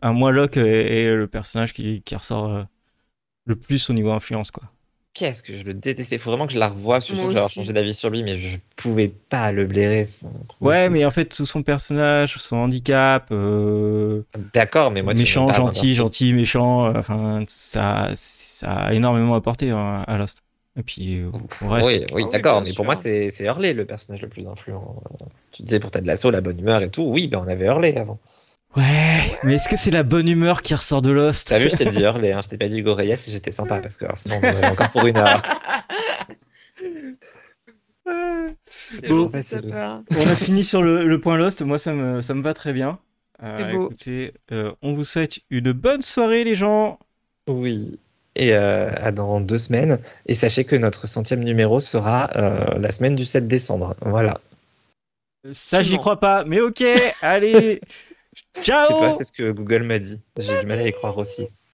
[SPEAKER 1] un Moiloc est, est le personnage qui, qui ressort euh, le plus au niveau influence, quoi.
[SPEAKER 3] qu'est-ce que je le détestais. Il faut vraiment que je la revoie. Je suis
[SPEAKER 2] Moi
[SPEAKER 3] sûr que j'aurais
[SPEAKER 2] aussi.
[SPEAKER 3] changé d'avis sur lui, mais je pouvais pas le blairer. c'est un truc-
[SPEAKER 1] Ouais, mais en fait, tout son personnage, son handicap, euh,
[SPEAKER 3] D'accord, mais moi, tu Ah,
[SPEAKER 1] méchant,
[SPEAKER 3] me parles d'un
[SPEAKER 1] gentil,
[SPEAKER 3] perso-
[SPEAKER 1] gentil, méchant, euh, enfin, ça, ça a énormément apporté hein, à Lost. Et puis, euh, au reste,
[SPEAKER 3] Oui, oui,
[SPEAKER 2] Ah oui,
[SPEAKER 3] d'accord,
[SPEAKER 2] bien
[SPEAKER 3] mais
[SPEAKER 2] sûr.
[SPEAKER 3] pour moi, c'est c'est Hurley le personnage le plus influent. Euh, Tu disais pour Ted Lasso, la bonne humeur et tout. Oui, ben on avait Hurley avant.
[SPEAKER 1] ouais, mais est-ce que c'est la bonne humeur qui ressort de Lost
[SPEAKER 3] T'as vu, je t'ai dit Hurley, hein, je t'ai pas dit Goreyas si j'étais sympa, parce que alors, sinon on aurait encore pour une heure.
[SPEAKER 1] Ouais.
[SPEAKER 2] C'est
[SPEAKER 1] Bon.
[SPEAKER 2] bon, de sa part.
[SPEAKER 1] On a fini sur le, le point Lost. Moi, ça me, ça me va très bien. Euh,
[SPEAKER 2] C'est beau.
[SPEAKER 1] Écoutez, euh, on vous souhaite une bonne soirée, les gens.
[SPEAKER 3] Oui. Et euh, à dans deux semaines. Et sachez que notre centième numéro sera euh, la semaine du 7 décembre. Voilà.
[SPEAKER 1] Ça, j'y
[SPEAKER 2] Bon.
[SPEAKER 1] crois pas, mais ok, allez.
[SPEAKER 3] Je sais
[SPEAKER 1] Ciao. Ah
[SPEAKER 3] pas, c'est ce que Google m'a dit. J'ai du mal à y croire aussi.